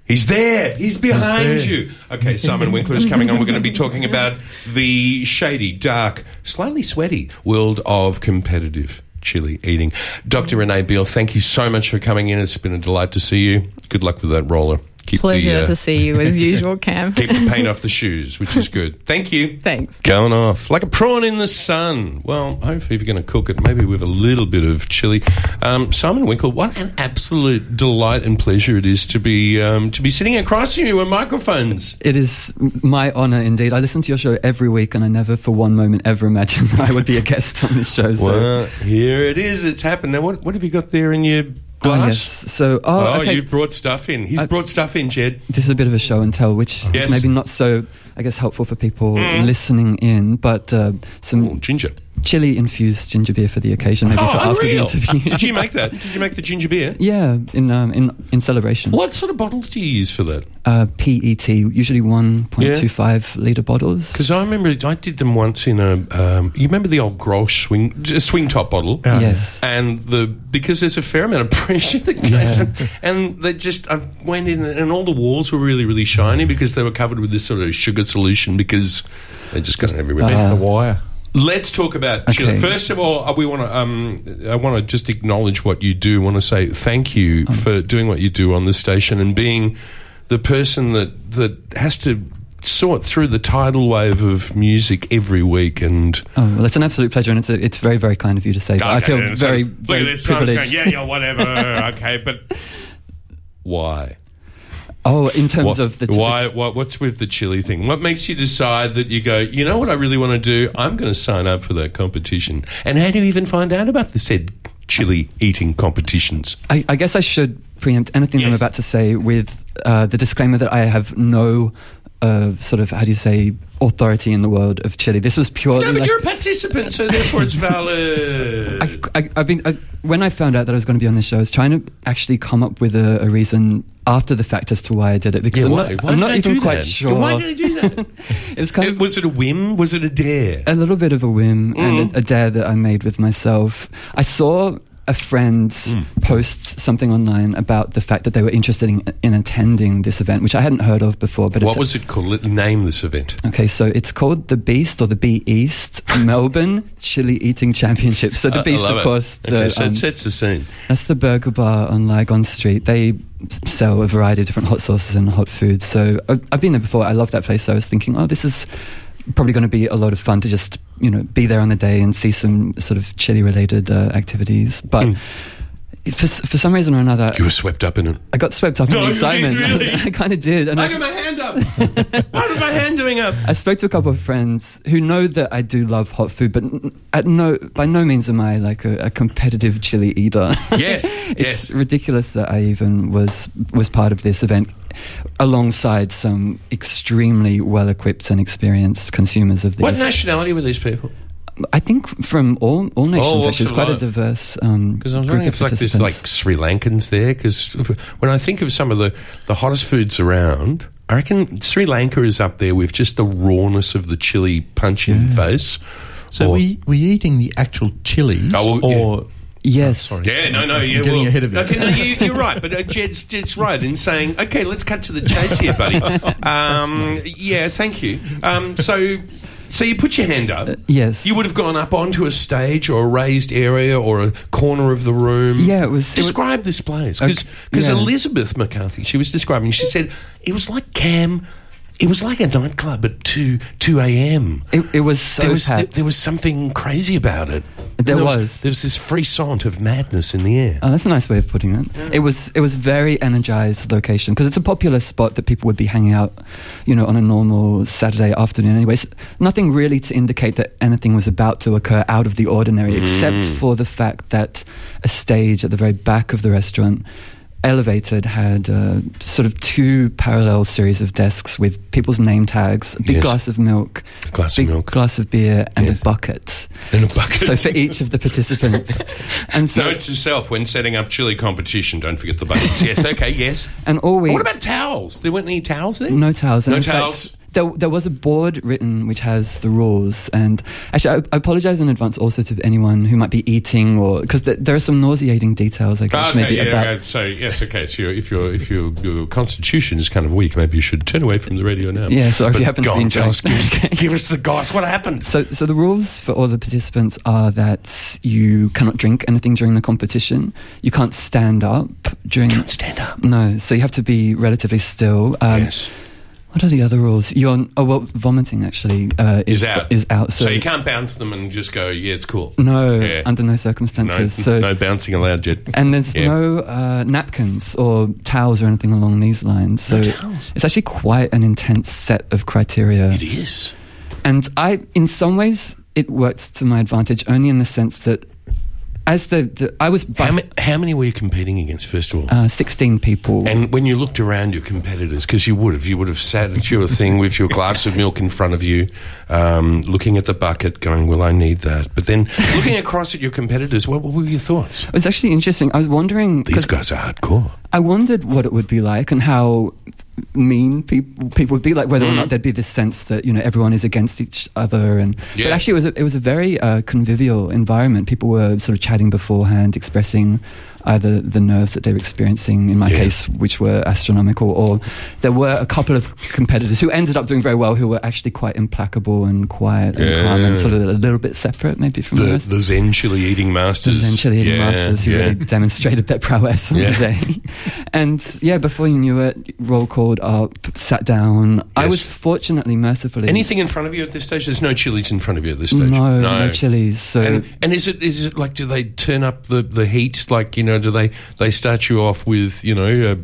[SPEAKER 2] He's there. He's behind
[SPEAKER 3] there.
[SPEAKER 2] you. Okay, Simon Winkler is coming on. We're going to be talking about the shady, dark, slightly sweaty world of competitive chili eating. Dr. Renee Beale, thank you so much for coming in. It's been a delight to see you. Good luck with that roller. Keep
[SPEAKER 5] Pleasure
[SPEAKER 2] the, uh,
[SPEAKER 5] to see you as usual, Cam.
[SPEAKER 2] Keep the paint off the shoes, which is good. Thank you.
[SPEAKER 5] Thanks.
[SPEAKER 2] Going off like a prawn in the sun. Well, hopefully, if you're going to cook it, maybe with a little bit of chili. Um, Simon Winkle, what an absolute delight and pleasure it is to be um, to be sitting across from you with microphones.
[SPEAKER 6] It is my honor indeed. I listen to your show every week, and I never for one moment ever imagined that I would be a guest on this show. So.
[SPEAKER 2] Well, here it is. It's happened. Now, what, what have you got there in your
[SPEAKER 6] Ah,
[SPEAKER 2] glass?
[SPEAKER 6] yes. So,
[SPEAKER 2] Oh,
[SPEAKER 6] oh, okay. Uh,
[SPEAKER 2] you've brought stuff in. He's
[SPEAKER 6] I-
[SPEAKER 2] brought stuff in, Jed.
[SPEAKER 6] This is a bit of a show and tell, which
[SPEAKER 2] Yes. Mm.
[SPEAKER 6] is maybe not so, I guess, helpful for people listening in. But uh,
[SPEAKER 2] Oh,
[SPEAKER 6] some
[SPEAKER 2] ginger.
[SPEAKER 6] chili infused ginger beer for the occasion, maybe for
[SPEAKER 2] Oh,
[SPEAKER 6] after
[SPEAKER 2] unreal.
[SPEAKER 6] the interview.
[SPEAKER 2] Did you make that? Did you make the ginger beer?
[SPEAKER 6] yeah, in um, in in celebration.
[SPEAKER 2] What sort of bottles do you use for that?
[SPEAKER 6] Uh, PET, usually one point two five liter bottles.
[SPEAKER 2] Because I remember I did them once in a. Um, you remember the old Grosh swing j- swing top bottle,
[SPEAKER 3] Yeah.
[SPEAKER 6] yes.
[SPEAKER 2] and the because there's a fair amount of pressure that goes,
[SPEAKER 6] Yeah.
[SPEAKER 2] on, and they just I went in, and all the walls were really really shiny because they were covered with this sort of sugar solution because they just got everywhere.
[SPEAKER 6] Uh,
[SPEAKER 3] the wire.
[SPEAKER 2] Let's talk about Chile.
[SPEAKER 6] Okay.
[SPEAKER 2] First of all, uh, we want to. Um, I want to just acknowledge what you do. Want to say thank you
[SPEAKER 6] Oh.
[SPEAKER 2] for doing what you do on this station and being the person that that has to sort through the tidal wave of music every week. And
[SPEAKER 6] Oh, well, it's an absolute pleasure, and it's, a, it's very, very kind of you to say. that. I feel
[SPEAKER 2] Okay, so-
[SPEAKER 6] very,
[SPEAKER 2] look at
[SPEAKER 6] very
[SPEAKER 2] this, Simon's
[SPEAKER 6] privileged.
[SPEAKER 2] Going, yeah, yeah, whatever. okay, but why?
[SPEAKER 6] Oh, in terms
[SPEAKER 2] Wha-
[SPEAKER 6] of the
[SPEAKER 2] why? What, what's with the chili thing? What makes you decide that you go? You know what I really want to do? I'm going to sign up for that competition. And how do you even find out about the said chili eating competitions?
[SPEAKER 6] I, I guess I should preempt anything I'm
[SPEAKER 2] Yes.
[SPEAKER 6] about to say with uh, the disclaimer that I have no uh, sort of how do you say authority in the world of Chile. This was purely.
[SPEAKER 2] No, but
[SPEAKER 6] like-
[SPEAKER 2] you're a participant, so therefore it's valid.
[SPEAKER 6] I've, I, I've been I, when I found out that I was going to be on this show, I was trying to actually come up with a, a reason after the fact as to why I did it because
[SPEAKER 2] Yeah,
[SPEAKER 6] I'm
[SPEAKER 2] why-
[SPEAKER 6] not,
[SPEAKER 2] why
[SPEAKER 6] I'm
[SPEAKER 2] did
[SPEAKER 6] not
[SPEAKER 2] I
[SPEAKER 6] even
[SPEAKER 2] do
[SPEAKER 6] quite
[SPEAKER 2] that?
[SPEAKER 6] sure.
[SPEAKER 2] Why did I do that?
[SPEAKER 6] it was kind
[SPEAKER 2] It-
[SPEAKER 6] of,
[SPEAKER 2] was it a whim? Was it a dare?
[SPEAKER 6] a little bit of a whim
[SPEAKER 2] Mm.
[SPEAKER 6] and a, a dare that I made with myself. I saw a friend
[SPEAKER 2] Mm.
[SPEAKER 6] post something online about the fact that they were interested in, in attending this event, which I hadn't heard of before. But
[SPEAKER 2] What
[SPEAKER 6] it's,
[SPEAKER 2] was it called? Let- Name this event.
[SPEAKER 6] Okay, so it's called the Beast or the Bee East Melbourne Chili Eating Championship. So the
[SPEAKER 2] I- I
[SPEAKER 6] Beast,
[SPEAKER 2] love
[SPEAKER 6] of
[SPEAKER 2] it.
[SPEAKER 6] course,
[SPEAKER 2] Okay,
[SPEAKER 6] the,
[SPEAKER 2] so
[SPEAKER 6] um,
[SPEAKER 2] it sets the scene.
[SPEAKER 6] that's the burger bar on Lygon Street. They s- sell a variety of different hot sauces and hot foods. So I, I've been there before. I love that place. So I was thinking, oh, this is probably going to be a lot of fun to just you know be there on the day and see some sort of chili related uh, activities. But for s- for some reason or another,
[SPEAKER 2] Hmm. You were swept up in it.
[SPEAKER 6] I got swept up
[SPEAKER 2] No,
[SPEAKER 6] in
[SPEAKER 2] you
[SPEAKER 6] the excitement.
[SPEAKER 2] didn't really.
[SPEAKER 6] I kind of did, and
[SPEAKER 2] I
[SPEAKER 6] I,
[SPEAKER 2] got my hand up. Why did my hand doing up?
[SPEAKER 6] I spoke to a couple of friends who know that I do love hot food, but n- at no by no means am I like a, a competitive chili eater.
[SPEAKER 2] Yes,
[SPEAKER 6] it's
[SPEAKER 2] yes.
[SPEAKER 6] ridiculous that I even was was part of this event alongside some extremely well equipped and experienced consumers of these.
[SPEAKER 2] What nationality were these people?
[SPEAKER 6] I think from all all nations,
[SPEAKER 2] walks
[SPEAKER 6] actually, it's
[SPEAKER 2] of
[SPEAKER 6] quite a
[SPEAKER 2] life.
[SPEAKER 6] diverse. Um,
[SPEAKER 2] Because I was
[SPEAKER 6] group
[SPEAKER 2] wondering
[SPEAKER 6] of
[SPEAKER 2] if like there's like
[SPEAKER 6] participants.
[SPEAKER 2] Sri Lankans there. Because when I think of some of the, the hottest foods around, I reckon Sri Lanka is up there with just the rawness of the chili punch in the face.
[SPEAKER 3] So
[SPEAKER 2] Or-
[SPEAKER 3] we we eating the actual chilies
[SPEAKER 2] Oh, well, yeah.
[SPEAKER 3] or
[SPEAKER 6] yes.
[SPEAKER 2] Yeah, no, no, yeah,
[SPEAKER 3] getting
[SPEAKER 2] well,
[SPEAKER 3] ahead of it.
[SPEAKER 2] Okay, no, you, you're right, but uh, Jed's, Jed's right in saying, okay, let's cut to the chase here, buddy. Um, yeah, thank you. Um, so, so you put your hand
[SPEAKER 3] Uh,
[SPEAKER 2] up.
[SPEAKER 6] yes.
[SPEAKER 2] You would have gone up onto a stage or a raised area or a corner of the room.
[SPEAKER 6] Yeah, it was- it was-
[SPEAKER 2] Describe this place because
[SPEAKER 6] Okay, yeah.
[SPEAKER 2] Elizabeth McCarthy, she was describing. She said it was like Cam. It was like a nightclub at two two a.m.
[SPEAKER 6] It, it was so
[SPEAKER 2] there was there,
[SPEAKER 6] packed.
[SPEAKER 2] there was something crazy about it.
[SPEAKER 6] There was.
[SPEAKER 2] there was this frisson of madness in the air.
[SPEAKER 6] Oh, that's a nice way of putting it. It was it was very energized location because it's a popular spot that people would be hanging out, you know, on a normal Saturday afternoon. Anyways, nothing really to indicate that anything was about to occur out of the ordinary,
[SPEAKER 2] Mm.
[SPEAKER 6] except for the fact that a stage at the very back of the restaurant. Elevated had uh, sort of two parallel series of desks with people's name tags, a big
[SPEAKER 2] Yes.
[SPEAKER 6] glass of milk,
[SPEAKER 2] A glass of
[SPEAKER 6] big
[SPEAKER 2] milk.
[SPEAKER 6] glass of beer, and
[SPEAKER 2] Yes.
[SPEAKER 6] a bucket.
[SPEAKER 2] And a bucket.
[SPEAKER 6] So for each of the participants, and so
[SPEAKER 2] Note to self when setting up chili competition: don't forget the buckets. yes, okay, yes.
[SPEAKER 6] and all week.
[SPEAKER 2] What about towels? There weren't any towels there.
[SPEAKER 6] No towels. And
[SPEAKER 2] No
[SPEAKER 6] in fact,
[SPEAKER 2] towels.
[SPEAKER 6] there, there was a board written which has the rules. And actually, I, I apologize in advance also to anyone who might be eating or because th- there are some nauseating details, I guess,
[SPEAKER 2] Ah, okay,
[SPEAKER 6] maybe
[SPEAKER 2] yeah,
[SPEAKER 6] about.
[SPEAKER 2] okay. So yes, okay. So you're, if your if your your constitution is kind of weak, maybe you should turn away from the radio now.
[SPEAKER 6] Yeah, so if
[SPEAKER 2] But
[SPEAKER 6] you happen to
[SPEAKER 2] go
[SPEAKER 6] be
[SPEAKER 2] on,
[SPEAKER 6] enjoying-
[SPEAKER 2] tell us, give, us- give us the goss. What happened?
[SPEAKER 6] So, so the rules for all the participants are that you cannot drink anything during the competition. You can't stand up during.
[SPEAKER 2] Don't stand up.
[SPEAKER 6] No, so you have to be relatively still. Um,
[SPEAKER 2] yes,
[SPEAKER 6] What are the other rules? You're oh well, vomiting actually uh, is,
[SPEAKER 2] is out.
[SPEAKER 6] Is out.
[SPEAKER 2] So,
[SPEAKER 6] So,
[SPEAKER 2] you can't bounce them and just go. Yeah, it's cool.
[SPEAKER 6] No,
[SPEAKER 2] Yeah.
[SPEAKER 6] under no
[SPEAKER 2] No,
[SPEAKER 6] circumstances. so
[SPEAKER 2] no bouncing allowed yet.
[SPEAKER 6] and there's
[SPEAKER 2] Yeah.
[SPEAKER 6] no uh, napkins or towels or anything along these lines. So it's actually quite an intense set of criteria.
[SPEAKER 2] It is.
[SPEAKER 6] And I, in some ways, it worked to my advantage only in the sense that as the, the I was by
[SPEAKER 2] How, ma- how many were you competing against? First of all.
[SPEAKER 6] uh, 16 people.
[SPEAKER 2] and when you looked around your competitors, because you would have, you would have sat at your thing with your glass of milk in front of you, um, looking at the bucket, going, "Will I need that?" But then looking across at your competitors, what, what were your thoughts?
[SPEAKER 6] it's actually interesting. I was wondering. 'cause
[SPEAKER 2] These guys are hardcore.
[SPEAKER 6] I wondered what it would be like and how mean people people would be like whether or
[SPEAKER 2] Mm.
[SPEAKER 6] not there'd be this sense that you know everyone is against each other and
[SPEAKER 2] Yeah.
[SPEAKER 6] but actually it was a, it was a very uh, convivial environment people were sort of chatting beforehand expressing either the nerves that they were experiencing in my
[SPEAKER 2] Yeah.
[SPEAKER 6] case which were astronomical or there were a couple of competitors who ended up doing very well who were actually quite implacable and quiet and calm and
[SPEAKER 2] Yeah.
[SPEAKER 6] sort of a little bit separate maybe from the,
[SPEAKER 2] The,
[SPEAKER 6] rest
[SPEAKER 2] the Zen chili eating masters.
[SPEAKER 6] Essentially, the
[SPEAKER 2] Yeah,
[SPEAKER 6] masters who
[SPEAKER 2] yeah.
[SPEAKER 6] really demonstrated their prowess on
[SPEAKER 2] Yeah.
[SPEAKER 6] the day. And yeah, before you knew it, roll called up, sat down. I
[SPEAKER 2] Yes.
[SPEAKER 6] was fortunately, mercifully,
[SPEAKER 2] Anything in front of you at this stage? There's no chilies in front of you at this
[SPEAKER 6] No,
[SPEAKER 2] stage.
[SPEAKER 6] no, chilies. So
[SPEAKER 2] And, and is it is it like do they turn up the, the heat? Like you know, do they they start you off with you know a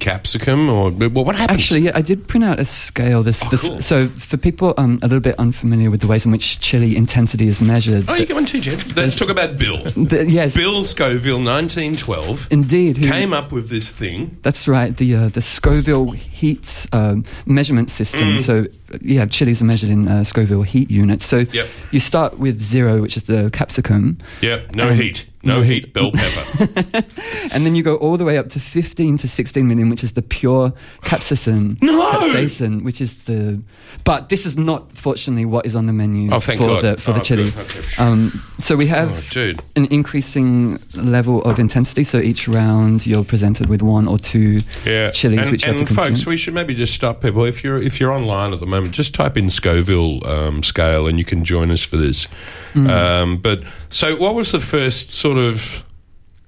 [SPEAKER 2] capsicum or well, what happens?
[SPEAKER 6] Actually, yeah, I did print out a scale. This, this
[SPEAKER 2] Oh, cool.
[SPEAKER 6] so for people um, a little bit unfamiliar with the ways in which chili intensity is measured.
[SPEAKER 2] oh, you go on too, Jed. Let's talk about Bill.
[SPEAKER 6] the- yes,
[SPEAKER 2] Bill Scoville, 1912,
[SPEAKER 6] indeed. Who,
[SPEAKER 2] came up with this thing.
[SPEAKER 6] That's right. The uh, the Scoville heat um, measurement system.
[SPEAKER 2] Mm.
[SPEAKER 6] So uh, yeah, chilies are measured in uh, Scoville heat units. So
[SPEAKER 2] Yep.
[SPEAKER 6] you start with zero, which is the capsicum,
[SPEAKER 2] Yep, no
[SPEAKER 6] Um,
[SPEAKER 2] heat, no,
[SPEAKER 6] no
[SPEAKER 2] heat, bell pepper.
[SPEAKER 6] and then you go all the way up to fifteen to sixteen million, which is the pure capsaicin.
[SPEAKER 2] No!
[SPEAKER 6] capsaicin, which is the. But this is not fortunately what is on the menu
[SPEAKER 2] Oh, thank
[SPEAKER 6] for
[SPEAKER 2] God.
[SPEAKER 6] the for
[SPEAKER 2] Oh,
[SPEAKER 6] the chili.
[SPEAKER 2] good. Okay.
[SPEAKER 6] Um, so we have
[SPEAKER 2] Oh, dude.
[SPEAKER 6] an increasing level of intensity. So each round you're presented with one or two
[SPEAKER 2] Yeah,
[SPEAKER 6] chilies,
[SPEAKER 2] and,
[SPEAKER 6] which you have
[SPEAKER 2] and
[SPEAKER 6] to consume.
[SPEAKER 2] folks, we should maybe just stop people. If you're if you're online at the moment, just type in Scoville um, scale, and you can join us for this.
[SPEAKER 6] Mm.
[SPEAKER 2] Um, but so, what was the first sort of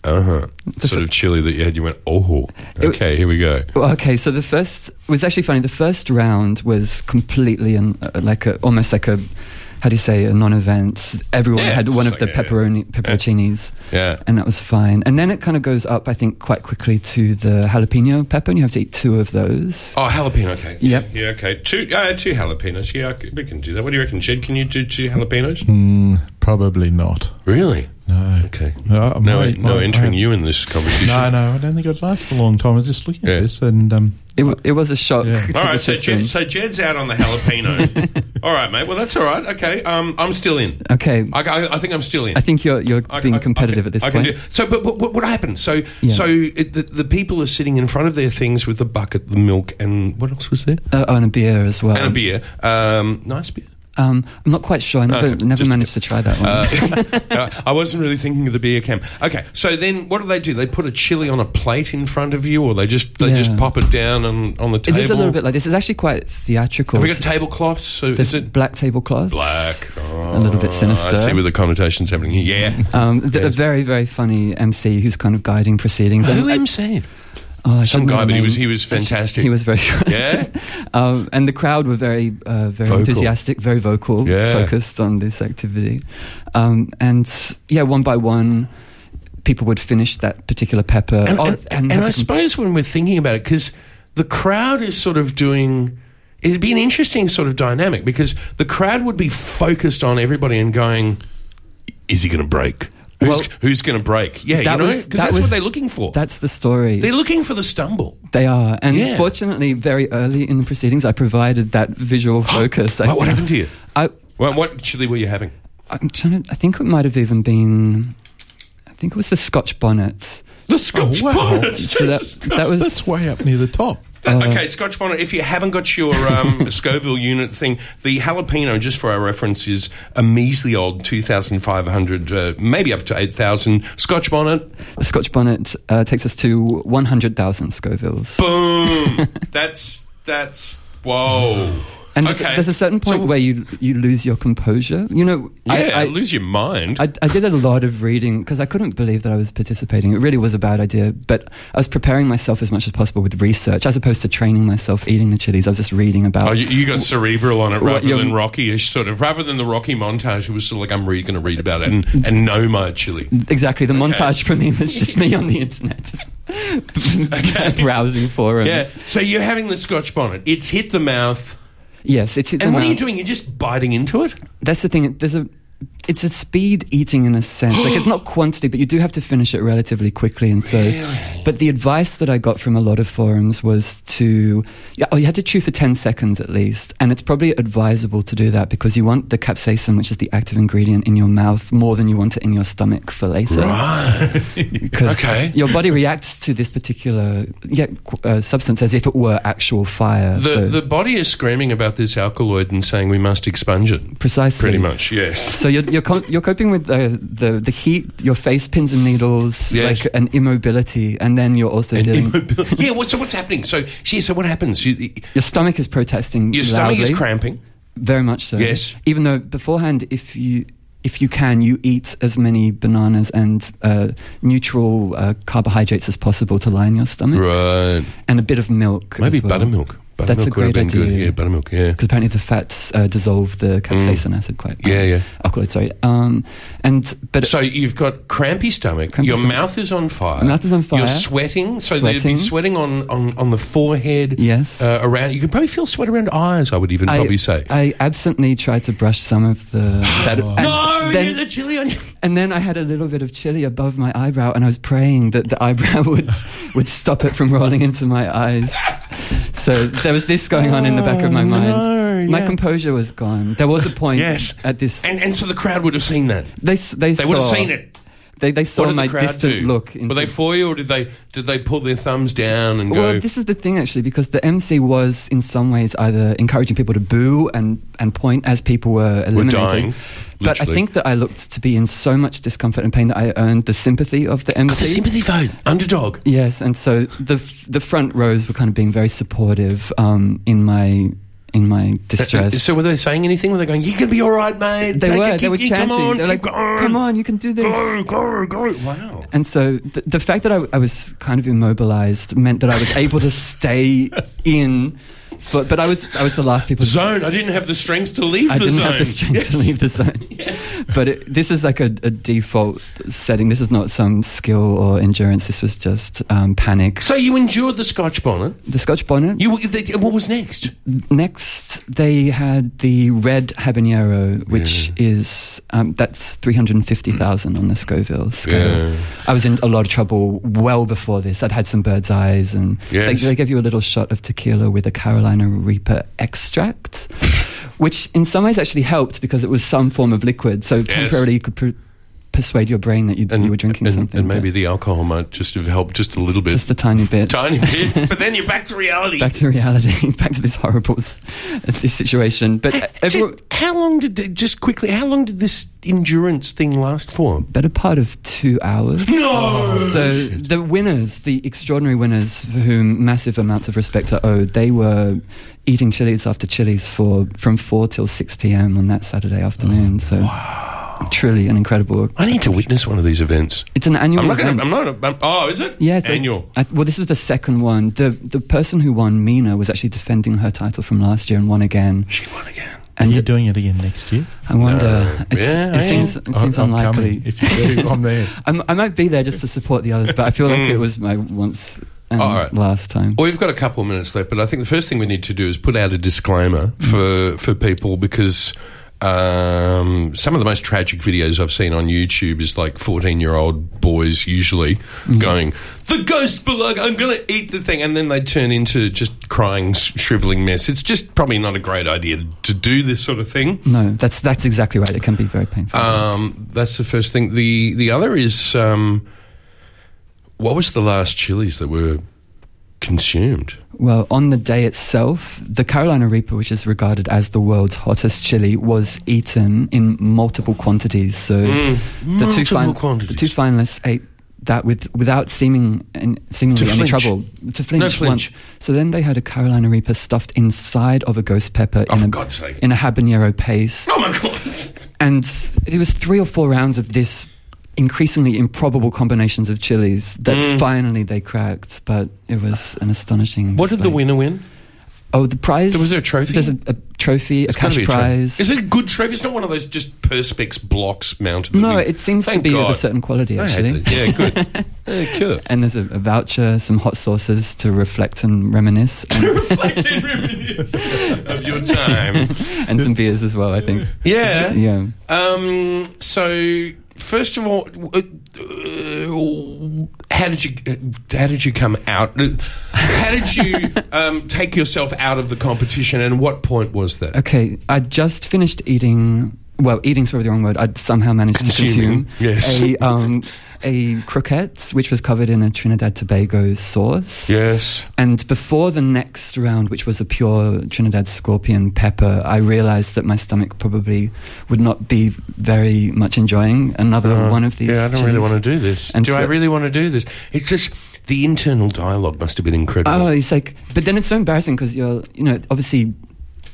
[SPEAKER 2] uh-huh, sort of chili that you had? You went, oh, okay, here we go.
[SPEAKER 6] Well, okay, so the first it was actually funny. The first round was completely an, uh, like a, almost like a how do you say a non-event. Everyone
[SPEAKER 2] Yeah,
[SPEAKER 6] had
[SPEAKER 2] it's
[SPEAKER 6] one of
[SPEAKER 2] just
[SPEAKER 6] the
[SPEAKER 2] like a-
[SPEAKER 6] pepperoni pepperoncinis,
[SPEAKER 2] Yeah.
[SPEAKER 6] and that was fine. And then it kind of goes up, I think, quite quickly to the jalapeno pepper, and you have to eat two of those.
[SPEAKER 2] Oh, jalapeno. Okay.
[SPEAKER 6] Yep.
[SPEAKER 2] Yeah. Okay. Two. Uh, two jalapenos. Yeah, I c- we can do that. What do you reckon, Jed? Can you do two jalapenos?
[SPEAKER 3] Mm, probably not.
[SPEAKER 2] Really?
[SPEAKER 3] No.
[SPEAKER 2] Okay.
[SPEAKER 3] No,
[SPEAKER 2] No,
[SPEAKER 3] my-
[SPEAKER 2] no
[SPEAKER 3] my-
[SPEAKER 2] entering
[SPEAKER 3] I-
[SPEAKER 2] you in this competition.
[SPEAKER 3] No, no, I don't think I'd last a long time. I was just looking
[SPEAKER 2] Yeah.
[SPEAKER 3] at this and um,
[SPEAKER 6] It, w- it was a shock.
[SPEAKER 3] Yeah.
[SPEAKER 6] to
[SPEAKER 2] All
[SPEAKER 6] the
[SPEAKER 2] right, so,
[SPEAKER 6] system.
[SPEAKER 2] Jed, so Jed's out on the jalapeno. all right, mate. Well, that's all right. Okay, um, I'm still in.
[SPEAKER 6] okay, I,
[SPEAKER 2] I, I, I think I'm still in.
[SPEAKER 6] think you're you're
[SPEAKER 2] I-
[SPEAKER 6] being
[SPEAKER 2] I-
[SPEAKER 6] competitive
[SPEAKER 2] okay,
[SPEAKER 6] at this
[SPEAKER 2] I can
[SPEAKER 6] point.
[SPEAKER 2] do- so, but, but what, what happens? So,
[SPEAKER 6] Yeah.
[SPEAKER 2] so it, the, the people are sitting in front of their things with the bucket, the milk, and what else was there?
[SPEAKER 6] Uh, oh, and a beer as well.
[SPEAKER 2] and a beer. Um, nice beer.
[SPEAKER 6] Um, I'm not quite sure. I never,
[SPEAKER 2] Okay,
[SPEAKER 6] never
[SPEAKER 2] Uh, just a
[SPEAKER 6] managed to try that one.
[SPEAKER 2] Uh, I wasn't really thinking of the beer cam. Okay, so then what do they do? They put a chili on a plate in front of you, or they just they just
[SPEAKER 6] Yeah.
[SPEAKER 2] pop it down on, on the
[SPEAKER 6] it
[SPEAKER 2] table.
[SPEAKER 6] is a little bit like this. It's actually quite theatrical.
[SPEAKER 2] Have we got tablecloths? So
[SPEAKER 6] There's
[SPEAKER 2] is it
[SPEAKER 6] black tablecloths.
[SPEAKER 2] black?
[SPEAKER 6] a little bit
[SPEAKER 2] Oh,
[SPEAKER 6] sinister.
[SPEAKER 2] I see where the connotation's happening. here. Yeah.
[SPEAKER 6] Um, th- A very, very funny MC who's kind of guiding proceedings.
[SPEAKER 2] Who
[SPEAKER 6] And I-
[SPEAKER 2] am saying?
[SPEAKER 6] oh, I
[SPEAKER 2] Some
[SPEAKER 6] shouldn't know
[SPEAKER 2] guy,
[SPEAKER 6] the
[SPEAKER 2] but he
[SPEAKER 6] name.
[SPEAKER 2] was he was fantastic.
[SPEAKER 6] He was very
[SPEAKER 2] Yeah?
[SPEAKER 6] um, and the crowd were very, uh, very
[SPEAKER 2] Vocal.
[SPEAKER 6] enthusiastic, very vocal,
[SPEAKER 2] Yeah.
[SPEAKER 6] focused on this activity. Um, and yeah, one by one, people would finish that particular pepper.
[SPEAKER 2] and,
[SPEAKER 6] Oh,
[SPEAKER 2] and, and
[SPEAKER 6] have
[SPEAKER 2] I
[SPEAKER 6] a com-
[SPEAKER 2] suppose when we're thinking about it, because the crowd is sort of doing. It'd be an interesting sort of dynamic because the crowd would be focused on everybody and going, "Is he going to break? Who's,
[SPEAKER 6] Well,
[SPEAKER 2] who's going to break? Yeah, you
[SPEAKER 6] that
[SPEAKER 2] know,
[SPEAKER 6] was-
[SPEAKER 2] because
[SPEAKER 6] that
[SPEAKER 2] that's
[SPEAKER 6] was-
[SPEAKER 2] what they're looking for.
[SPEAKER 6] that's the story.
[SPEAKER 2] they're looking for the stumble.
[SPEAKER 6] They are. And
[SPEAKER 2] Yeah.
[SPEAKER 6] fortunately, very early in the proceedings, I provided that visual focus. I-
[SPEAKER 2] What, what happened to you?
[SPEAKER 6] I,
[SPEAKER 2] What, what chili were you having?
[SPEAKER 6] I'm trying to, I think it might have even been, I think it was the Scotch bonnets.
[SPEAKER 2] The Scotch
[SPEAKER 3] wow.
[SPEAKER 2] bonnet.
[SPEAKER 6] So that,
[SPEAKER 2] Oh, Jesus
[SPEAKER 6] that was
[SPEAKER 3] that's way up near the top.
[SPEAKER 2] Uh, okay, Scotch bonnet. If you haven't got your um, Scoville unit thing, the jalapeno, just for our reference, is a measly old 2,500, uh, maybe up to 8,000. Scotch bonnet,
[SPEAKER 6] The Scotch bonnet uh, takes us to 100,000 Scovilles.
[SPEAKER 2] boom. that's, that's, whoa.
[SPEAKER 6] And
[SPEAKER 2] okay.
[SPEAKER 6] there's, there's a certain point
[SPEAKER 2] So- Oh,
[SPEAKER 6] where you you lose your composure. You know,
[SPEAKER 2] Yeah,
[SPEAKER 6] I, I,
[SPEAKER 2] lose your mind.
[SPEAKER 6] I, I did a lot of reading because I couldn't believe that I was participating. It really was a bad idea, but I was preparing myself as much as possible with research as opposed to training myself eating the chilies. I was just reading about.
[SPEAKER 2] Oh, you, you got cerebral on it
[SPEAKER 6] Well,
[SPEAKER 2] rather
[SPEAKER 6] yeah.
[SPEAKER 2] than Rocky-ish, sort of. Rather than the Rocky montage, it was sort of like I'm really going to read about it and,
[SPEAKER 6] Mm-hmm.
[SPEAKER 2] and know my chili.
[SPEAKER 6] Exactly, the montage for me was just me on the internet, just browsing forums.
[SPEAKER 2] Yeah. So you're having the Scotch bonnet. It's hit the mouth.
[SPEAKER 6] Yes, it's
[SPEAKER 2] And what are you doing? You're just biting into it.
[SPEAKER 6] That's the thing. There's a. It's a speed eating in a sense. Like it's not quantity, but you do have to finish it relatively quickly. And so, but the advice that I got from a lot of forums was to, yeah, oh, you had to chew for 10 seconds at least. And it's probably advisable to do that because you want the capsaicin, which is the active ingredient in your mouth, more than you want it in your stomach for later.
[SPEAKER 2] Right.
[SPEAKER 6] Because
[SPEAKER 2] Okay.
[SPEAKER 6] your body reacts to this particular yeah, qu- uh, substance as if it were actual fire.
[SPEAKER 2] The,
[SPEAKER 6] so
[SPEAKER 2] the body is screaming about this alkaloid and saying we must expunge it.
[SPEAKER 6] precisely.
[SPEAKER 2] Pretty much, yes.
[SPEAKER 6] So you're you're, co- you're coping with the, the the heat, your face pins and needles,
[SPEAKER 2] Yes.
[SPEAKER 6] like an immobility, and then you're also dealing.
[SPEAKER 2] yeah. Well, so what's happening? So, see, so what happens? You,
[SPEAKER 6] your stomach is protesting.
[SPEAKER 2] your stomach
[SPEAKER 6] loudly,
[SPEAKER 2] is cramping.
[SPEAKER 6] Very much so.
[SPEAKER 2] Yes.
[SPEAKER 6] Even though beforehand, if you if you can, you eat as many bananas and uh, neutral uh, carbohydrates as possible to line your stomach,
[SPEAKER 2] Right.
[SPEAKER 6] and a bit of milk.
[SPEAKER 2] Maybe
[SPEAKER 6] as well.
[SPEAKER 2] buttermilk. Buttermilk
[SPEAKER 6] That's a
[SPEAKER 2] would have
[SPEAKER 6] great
[SPEAKER 2] been good.
[SPEAKER 6] idea.
[SPEAKER 2] Yeah, buttermilk. Yeah.
[SPEAKER 6] because apparently the fats uh, dissolve the capsaicin acid quite.
[SPEAKER 2] Mm. Yeah, yeah.
[SPEAKER 6] Alkaloid, sorry. Um, and but
[SPEAKER 2] So you've got crampy stomach.
[SPEAKER 6] Crampy
[SPEAKER 2] your
[SPEAKER 6] stomach.
[SPEAKER 2] mouth is on fire.
[SPEAKER 6] Mouth is on fire.
[SPEAKER 2] You're sweating. So there'd be
[SPEAKER 6] Sweating.
[SPEAKER 2] sweating on, on, on the forehead.
[SPEAKER 6] Yes.
[SPEAKER 2] Uh, around. You could probably feel sweat around eyes. I would even probably say.
[SPEAKER 6] I absently tried to brush some of the. that- and
[SPEAKER 2] you
[SPEAKER 6] then,
[SPEAKER 2] Oh, chili on you.
[SPEAKER 6] and then I had a little bit of chili above my eyebrow, and I was praying that the eyebrow would would stop it from rolling into my eyes. So there was this going on in the back
[SPEAKER 2] Oh,
[SPEAKER 6] of my mind. my composure was gone. There was a point
[SPEAKER 2] Yes.
[SPEAKER 6] at this.
[SPEAKER 2] And and so the crowd would have seen that.
[SPEAKER 6] they s- they,
[SPEAKER 2] They would have
[SPEAKER 6] saw-
[SPEAKER 2] seen it.
[SPEAKER 6] They they saw
[SPEAKER 2] what did
[SPEAKER 6] my
[SPEAKER 2] the crowd
[SPEAKER 6] distant
[SPEAKER 2] do?
[SPEAKER 6] look.
[SPEAKER 2] Were they for you, or did they did they pull their thumbs down and
[SPEAKER 6] Well,
[SPEAKER 2] go?
[SPEAKER 6] this is the thing actually, because the MC was in some ways either encouraging people to boo and, and point as people were eliminated.
[SPEAKER 2] dying,
[SPEAKER 6] But I
[SPEAKER 2] literally.
[SPEAKER 6] think that I looked to be in so much discomfort and pain that I earned the sympathy of the MC.
[SPEAKER 2] the sympathy vote, underdog.
[SPEAKER 6] yes, and so the f- the front rows were kind of being very supportive um, in my in my distress.
[SPEAKER 2] Uh, So were they saying anything? Were they going, "You're gonna be all right, mate"?
[SPEAKER 6] they
[SPEAKER 2] Take
[SPEAKER 6] were
[SPEAKER 2] it,
[SPEAKER 6] they
[SPEAKER 2] keep-
[SPEAKER 6] were
[SPEAKER 2] keep-
[SPEAKER 6] chanting.
[SPEAKER 2] Come on,
[SPEAKER 6] They're
[SPEAKER 2] keep
[SPEAKER 6] like,
[SPEAKER 2] going.
[SPEAKER 6] "Come on, you can do this."
[SPEAKER 2] Go, go, go. Wow.
[SPEAKER 6] And so the, the fact that I, I was kind of immobilized meant that I was able to stay in, but, but I was I was the last people. to
[SPEAKER 2] Zone. I didn't have the strength to leave
[SPEAKER 6] I
[SPEAKER 2] the
[SPEAKER 6] didn't
[SPEAKER 2] zone.
[SPEAKER 6] have the strength to
[SPEAKER 2] Yes.
[SPEAKER 6] leave the zone. But it, this is like a, a default setting. This is not some skill or endurance. This was just um, panic.
[SPEAKER 2] So you endured the Scotch bonnet.
[SPEAKER 6] The Scotch bonnet.
[SPEAKER 2] You the, what was next?
[SPEAKER 6] Next, they had the red habanero, which is um, that's three hundred fifty thousand on the Scoville scale.
[SPEAKER 2] Yeah.
[SPEAKER 6] I was in a lot of trouble well before this. I'd had some bird's eyes, and
[SPEAKER 2] Yes.
[SPEAKER 6] they, they gave you a little shot of tequila with a Carolina Reaper extract, which in some ways actually helped because it was some form of liquid. So temporarily, you could per- persuade your brain that you, you were drinking
[SPEAKER 2] and,
[SPEAKER 6] something,
[SPEAKER 2] and maybe
[SPEAKER 6] but
[SPEAKER 2] the alcohol might just have helped just a little bit,
[SPEAKER 6] just a tiny bit.
[SPEAKER 2] tiny bit. but then you're back to reality.
[SPEAKER 6] Back to reality, back to this horrible s- this situation. But everyone,
[SPEAKER 2] just, how long did the- just quickly? How long did this endurance thing last for?
[SPEAKER 6] better part of two hours.
[SPEAKER 2] No.
[SPEAKER 6] So the winners, the extraordinary winners for whom massive amounts of respect are owed, they were eating chilies after chilies for from four till six p.m. on that Saturday afternoon.
[SPEAKER 2] Oh,
[SPEAKER 6] so truly an incredible.
[SPEAKER 2] I need to witness one of these events.
[SPEAKER 6] It's an annual.
[SPEAKER 2] I'm not going
[SPEAKER 6] event.
[SPEAKER 2] to. I'm not. A, I'm, oh, is it?
[SPEAKER 6] yeah, it's a-
[SPEAKER 2] annual.
[SPEAKER 6] I- well, this was the second one. The the person who won, Mina, was actually defending her title from last year and won again.
[SPEAKER 2] she won again.
[SPEAKER 3] Are you
[SPEAKER 6] And
[SPEAKER 3] doing it again next year?
[SPEAKER 6] I wonder.
[SPEAKER 2] No.
[SPEAKER 6] It's,
[SPEAKER 2] Yeah, I
[SPEAKER 6] it
[SPEAKER 2] am.
[SPEAKER 6] seems it
[SPEAKER 3] I'm-
[SPEAKER 6] seems
[SPEAKER 3] I'm
[SPEAKER 6] unlikely.
[SPEAKER 3] coming. If you do, I'm there.
[SPEAKER 6] I'm, I might be there just to support the others, but I feel like it was my once and
[SPEAKER 2] Mm. All right.
[SPEAKER 6] last time.
[SPEAKER 2] Well, we've got a couple of minutes left, but I think the first thing we need to do is put out a disclaimer for for people because um, some of the most tragic videos I've seen on YouTube is like fourteen year old boys usually going the ghost below. I'm going to eat the thing, and then they turn into just crying, s- shriveling mess. It's just probably not a great idea to do this sort of thing.
[SPEAKER 6] No, that's that's exactly right. It can be very painful.
[SPEAKER 2] Um, that's the first thing. The the other is um, what was the last chilies that were consumed?
[SPEAKER 6] Well, on the day itself, the Carolina Reaper, which is regarded as the world's hottest chili, was eaten in multiple quantities. So the, two
[SPEAKER 2] Mm. Multiple
[SPEAKER 6] fin-
[SPEAKER 2] quantities.
[SPEAKER 6] the two finalists ate that with without seeming and seemingly
[SPEAKER 2] To
[SPEAKER 6] any
[SPEAKER 2] flinch.
[SPEAKER 6] trouble to flinch,
[SPEAKER 2] flinch.
[SPEAKER 6] once. So then they had a Carolina Reaper stuffed inside of a ghost pepper
[SPEAKER 2] Oh,
[SPEAKER 6] in
[SPEAKER 2] for
[SPEAKER 6] a
[SPEAKER 2] God's sake.
[SPEAKER 6] in a habanero paste,
[SPEAKER 2] Oh my God!
[SPEAKER 6] and it was three or four rounds of this increasingly improbable combinations of chilies that finally they cracked. But it was an astonishing.
[SPEAKER 2] What did the
[SPEAKER 6] display.
[SPEAKER 2] winner win?
[SPEAKER 6] Oh, the prize.
[SPEAKER 2] Was there a trophy?
[SPEAKER 6] There's a, a trophy, a
[SPEAKER 2] It's gotta
[SPEAKER 6] cash
[SPEAKER 2] be trophy.
[SPEAKER 6] prize.
[SPEAKER 2] Is it a good trophy? It's not one of those just perspex blocks mounted. that
[SPEAKER 6] No,
[SPEAKER 2] we-
[SPEAKER 6] it seems to
[SPEAKER 2] Thank
[SPEAKER 6] be of a
[SPEAKER 2] God.
[SPEAKER 6] certain quality,
[SPEAKER 2] I hate
[SPEAKER 6] actually.
[SPEAKER 2] that. Yeah, good. yeah, cool.
[SPEAKER 6] And there's a, a voucher, some hot sauces to reflect and reminisce, and,
[SPEAKER 2] Reflect and reminisce of your time.
[SPEAKER 6] and some beers as well. I think.
[SPEAKER 2] Yeah.
[SPEAKER 6] Yeah.
[SPEAKER 2] Um, so first of all, uh, uh, how did you uh, how did you come out? Uh, How did you um, take yourself out of the competition, and what point was that?
[SPEAKER 6] Okay, I just finished eating. Well, eating's probably the wrong word. I'd somehow managed
[SPEAKER 2] Consuming,
[SPEAKER 6] to consume
[SPEAKER 2] yes.
[SPEAKER 6] a um, a croquette, which was covered in a Trinidad Tobago sauce.
[SPEAKER 2] Yes.
[SPEAKER 6] And before the next round, which was a pure Trinidad scorpion pepper, I realized that my stomach probably would not be very much enjoying another one of these.
[SPEAKER 2] Uh, Yeah, I don't really
[SPEAKER 6] chilies.
[SPEAKER 2] want to do this.
[SPEAKER 6] And
[SPEAKER 2] do I
[SPEAKER 6] so-
[SPEAKER 2] really want to do this? It's just the internal dialogue must have been incredible.
[SPEAKER 6] Oh, it's like, but then it's so embarrassing because you're, you know, obviously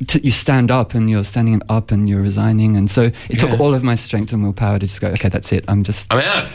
[SPEAKER 6] t- you stand up and you're standing up and you're resigning. And so it took
[SPEAKER 2] Yeah.
[SPEAKER 6] all of my strength and willpower to just go, okay, that's it. I'm just,
[SPEAKER 2] I'm out.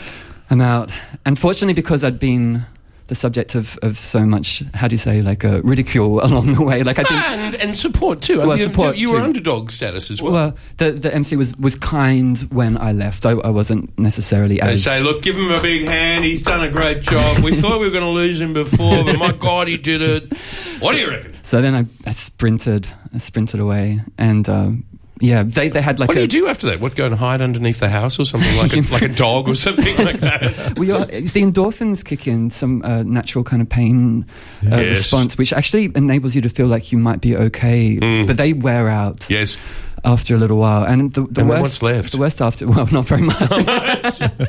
[SPEAKER 6] I'm out. Unfortunately, because I'd been the subject of, of so much, how do you say, like uh, ridicule along the way. Like, I think.
[SPEAKER 2] And, and support too. I
[SPEAKER 6] Well,
[SPEAKER 2] mean,
[SPEAKER 6] support
[SPEAKER 2] you were
[SPEAKER 6] too.
[SPEAKER 2] underdog status as well.
[SPEAKER 6] Well, the the MC was was kind when I left. I, I wasn't necessarily
[SPEAKER 2] They
[SPEAKER 6] as
[SPEAKER 2] say, look, give him a big hand. He's done a great job. We thought we were going to lose him before, but my God, he did it. What do you reckon?
[SPEAKER 6] So then I, I sprinted, I sprinted away, and um, yeah, they they had like
[SPEAKER 2] What
[SPEAKER 6] a
[SPEAKER 2] do you do after that? What, go and hide underneath the house or something like a, like a dog or something like that?
[SPEAKER 6] we are, the endorphins kick in some uh, natural kind of pain uh,
[SPEAKER 2] Yes.
[SPEAKER 6] response, which actually enables you to feel like you might be okay, but they wear out
[SPEAKER 2] Yes.
[SPEAKER 6] after a little while. And the, the
[SPEAKER 2] And then
[SPEAKER 6] worst,
[SPEAKER 2] what's left?
[SPEAKER 6] The worst after, well, not very much.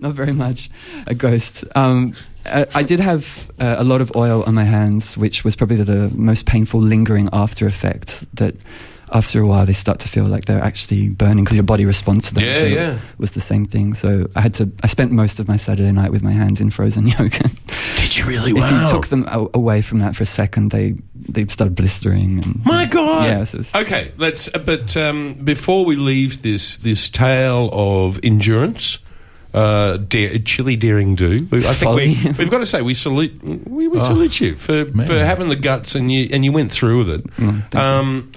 [SPEAKER 6] not very much. A ghost. Um, I, I did have uh, a lot of oil on my hands, which was probably the, the most painful lingering after effect. That after a while they start to feel like they're actually burning because your body responds to that.
[SPEAKER 2] Yeah,
[SPEAKER 6] So
[SPEAKER 2] yeah.
[SPEAKER 6] It was the same thing. So I had to. I spent most of my Saturday night with my hands in frozen yogurt.
[SPEAKER 2] Did you really?
[SPEAKER 6] if you took them a- away from that for a second, they they started blistering. And
[SPEAKER 2] My God.
[SPEAKER 6] Yeah, so it's-
[SPEAKER 2] Okay, let's. uh, But um, before we leave this this tale of endurance, uh, dare, chilly daring do. we- I think we,
[SPEAKER 6] Folly. Ah.
[SPEAKER 2] we've got to say we salute we, we salute you for,
[SPEAKER 3] man.
[SPEAKER 2] for having the guts and you and you went through with it.
[SPEAKER 6] Mm,
[SPEAKER 2] um,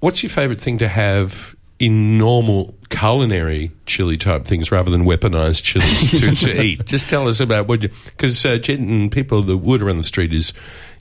[SPEAKER 2] What's your favourite thing to have? In normal culinary chili type things, rather than weaponized chilies to, to eat, just tell us about what you because uh, Jen and people the word around the street is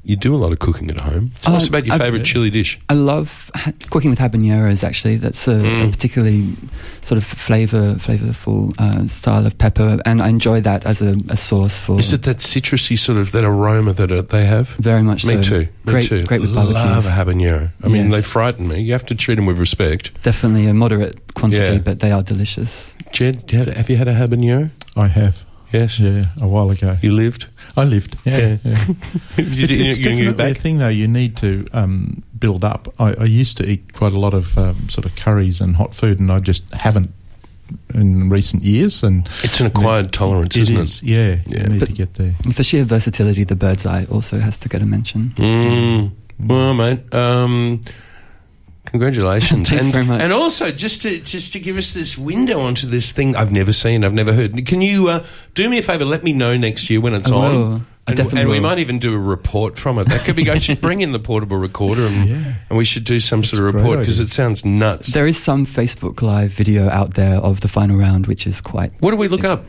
[SPEAKER 2] you do a lot of cooking at home. Tell us
[SPEAKER 6] Um,
[SPEAKER 2] about your
[SPEAKER 6] I've-
[SPEAKER 2] favourite chili dish.
[SPEAKER 6] I love ha- cooking with habaneros. Actually, that's a,
[SPEAKER 2] Hmm.
[SPEAKER 6] a particularly sort of flavor, flavorful uh, style of pepper, and I enjoy that as a, a sauce for.
[SPEAKER 2] Is it that citrusy sort of that aroma that uh, they have?
[SPEAKER 6] very much
[SPEAKER 2] Me
[SPEAKER 6] so.
[SPEAKER 2] too. Me
[SPEAKER 6] Great,
[SPEAKER 2] too.
[SPEAKER 6] great with barbecues.
[SPEAKER 2] Love a habanero. I mean,
[SPEAKER 6] Yes.
[SPEAKER 2] they frighten me. You have to treat them with respect.
[SPEAKER 6] Definitely a moderate quantity,
[SPEAKER 2] Yeah.
[SPEAKER 6] but they are delicious.
[SPEAKER 2] Jed, had- have you had a habanero?
[SPEAKER 3] I have.
[SPEAKER 2] Yes.
[SPEAKER 3] Yeah, a while ago.
[SPEAKER 2] You lived.
[SPEAKER 3] I lived. Yeah. yeah.
[SPEAKER 2] You
[SPEAKER 3] It-
[SPEAKER 2] didn't-
[SPEAKER 3] it's
[SPEAKER 2] you didn't go
[SPEAKER 3] definitely a
[SPEAKER 2] back?
[SPEAKER 3] thing, though. You need to um, build up. I, I used to eat quite a lot of um, sort of curries and hot food, and I just haven't in recent years. And
[SPEAKER 2] It's an acquired tolerance, is
[SPEAKER 3] it
[SPEAKER 2] isn't
[SPEAKER 3] is, yeah.
[SPEAKER 2] Yeah.
[SPEAKER 3] You need
[SPEAKER 6] But-
[SPEAKER 3] to get there.
[SPEAKER 6] And for sheer versatility, the bird's eye also has to get a mention.
[SPEAKER 2] it? Mm. Well, mate. Um, Congratulations!
[SPEAKER 6] Thanks
[SPEAKER 2] and,
[SPEAKER 6] very much.
[SPEAKER 2] and also, just to just to give us this window onto this thing I've never seen, I've never heard. Can you uh, do me a favour? Let me know next year when it's
[SPEAKER 6] I
[SPEAKER 2] on.
[SPEAKER 6] will. Oh, I
[SPEAKER 2] and,
[SPEAKER 6] definitely
[SPEAKER 2] and we
[SPEAKER 6] will.
[SPEAKER 2] might even do a report from it. That could be good. should bring in the portable recorder, and,
[SPEAKER 3] Yeah.
[SPEAKER 2] and we should do some sort of
[SPEAKER 3] a great
[SPEAKER 2] report because
[SPEAKER 3] idea.
[SPEAKER 2] it sounds nuts.
[SPEAKER 6] There is some Facebook Live video out there of the final round, which is quite.
[SPEAKER 2] what do we look up?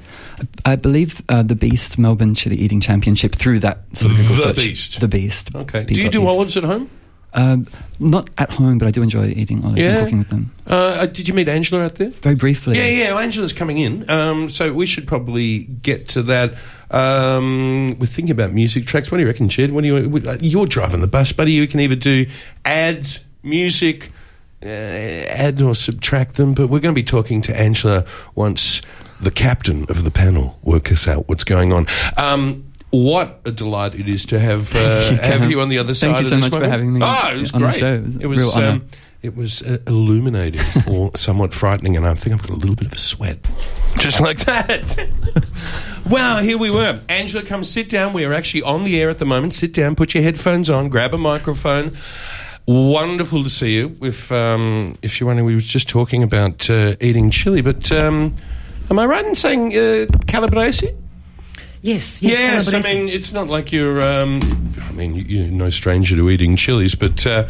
[SPEAKER 6] I believe uh, the Beast Melbourne Chili Eating Championship through that. Sort of Google
[SPEAKER 2] The
[SPEAKER 6] search.
[SPEAKER 2] Beast.
[SPEAKER 6] The Beast.
[SPEAKER 2] Okay.
[SPEAKER 6] B
[SPEAKER 2] Do you
[SPEAKER 6] dot
[SPEAKER 2] do
[SPEAKER 6] Beast.
[SPEAKER 2] olives at home?
[SPEAKER 6] Um, not at home, but I do enjoy eating olives
[SPEAKER 2] Yeah.
[SPEAKER 6] and cooking with them.
[SPEAKER 2] Uh, uh, did you meet Angela out there?
[SPEAKER 6] Very briefly.
[SPEAKER 2] Yeah, yeah. Well, Angela's coming in, um, so we should probably get to that. Um, we're thinking about music tracks. What do you reckon, Jed? What do you? what- uh, You're driving the bus, buddy. You can either do ads, music, uh, add or subtract them. But we're going to be talking to Angela once the captain of the panel works us out what's going on. Um, What a delight it is to have uh,
[SPEAKER 6] you,
[SPEAKER 2] have
[SPEAKER 6] Cam.
[SPEAKER 2] you on the other
[SPEAKER 6] Thank
[SPEAKER 2] side
[SPEAKER 6] you
[SPEAKER 2] of
[SPEAKER 6] so
[SPEAKER 2] this
[SPEAKER 6] much for
[SPEAKER 2] moment.
[SPEAKER 6] having me
[SPEAKER 2] Oh, it was
[SPEAKER 6] on the
[SPEAKER 2] great.
[SPEAKER 6] show. It was a
[SPEAKER 2] It was
[SPEAKER 6] real honour.
[SPEAKER 2] um, it was uh, illuminating or somewhat frightening, and I think I've got a little bit of a sweat, just like that. Wow, here we were. Angela, come sit down. We are actually on the air at the moment. Sit down, put your headphones on, grab a microphone. Wonderful to see you. If um, if you're wondering, we were just talking about uh, eating chili, but um, am I right in saying uh, calabrese?
[SPEAKER 7] Yes,
[SPEAKER 2] Yes,
[SPEAKER 7] yes,
[SPEAKER 2] I mean it's not like you're. Um, I mean you- you're no stranger to eating chilies, but uh,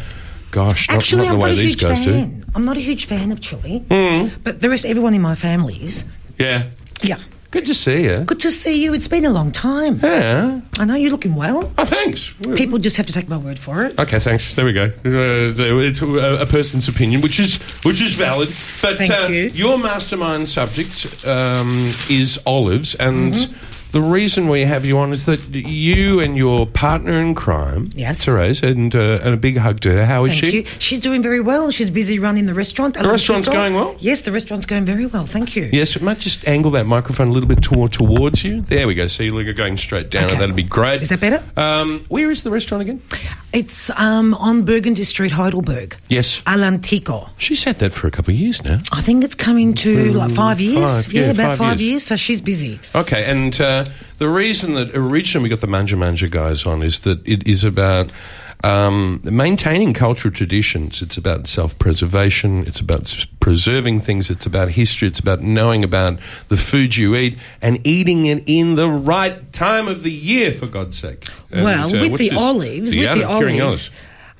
[SPEAKER 2] gosh, not,
[SPEAKER 7] Actually,
[SPEAKER 2] not
[SPEAKER 7] I'm
[SPEAKER 2] the
[SPEAKER 7] not
[SPEAKER 2] way
[SPEAKER 7] a
[SPEAKER 2] these
[SPEAKER 7] huge
[SPEAKER 2] guys do.
[SPEAKER 7] fan. I'm not a huge fan of chili, but the rest, everyone in my family's.
[SPEAKER 2] Hmm. Yeah,
[SPEAKER 7] Yeah,
[SPEAKER 2] good to see you.
[SPEAKER 7] good to see you. It's been a long time.
[SPEAKER 2] Yeah.
[SPEAKER 7] I know you're looking well.
[SPEAKER 2] Oh, thanks.
[SPEAKER 7] People just have to take my word for it.
[SPEAKER 2] Okay, thanks. There we go. Uh, it's a, a person's opinion, which is which is valid. But
[SPEAKER 7] Thank
[SPEAKER 2] uh,
[SPEAKER 7] you.
[SPEAKER 2] your mastermind subject um, is olives, and
[SPEAKER 7] Mm-hmm.
[SPEAKER 2] the reason we have you on is that you and your partner in crime,
[SPEAKER 7] Yes.
[SPEAKER 2] Therese, and uh, and a big hug to her. How is
[SPEAKER 7] Thank
[SPEAKER 2] she?
[SPEAKER 7] you. She's doing very well. She's busy running the restaurant. The
[SPEAKER 2] restaurant's going well?
[SPEAKER 7] Yes, the restaurant's going very well. Thank you.
[SPEAKER 2] Yes, it might just angle that microphone a little bit toward, towards you. There we go. So you're going straight down, and
[SPEAKER 7] Okay.
[SPEAKER 2] that'd be great.
[SPEAKER 7] Is that better?
[SPEAKER 2] Um, where is the restaurant again?
[SPEAKER 7] It's um, on Burgundy Street, Heidelberg.
[SPEAKER 2] Yes.
[SPEAKER 7] Al Antico.
[SPEAKER 2] She's had that for a couple of years now.
[SPEAKER 7] I think it's coming to like five years.
[SPEAKER 2] Hmm. five, yeah, five
[SPEAKER 7] about five,
[SPEAKER 2] years.
[SPEAKER 7] years. So she's busy.
[SPEAKER 2] Okay, and uh, the reason that originally we got the Manja Manja guys on is that it is about um, maintaining cultural traditions. It's about self preservation. It's about s- preserving things. It's about history. It's about knowing about the food you eat and eating it in the right time of the year, for God's sake. And,
[SPEAKER 7] well,
[SPEAKER 2] uh,
[SPEAKER 7] with
[SPEAKER 2] what's
[SPEAKER 7] the
[SPEAKER 2] this?
[SPEAKER 7] olives, with
[SPEAKER 2] art
[SPEAKER 7] the
[SPEAKER 2] of curing
[SPEAKER 7] olives.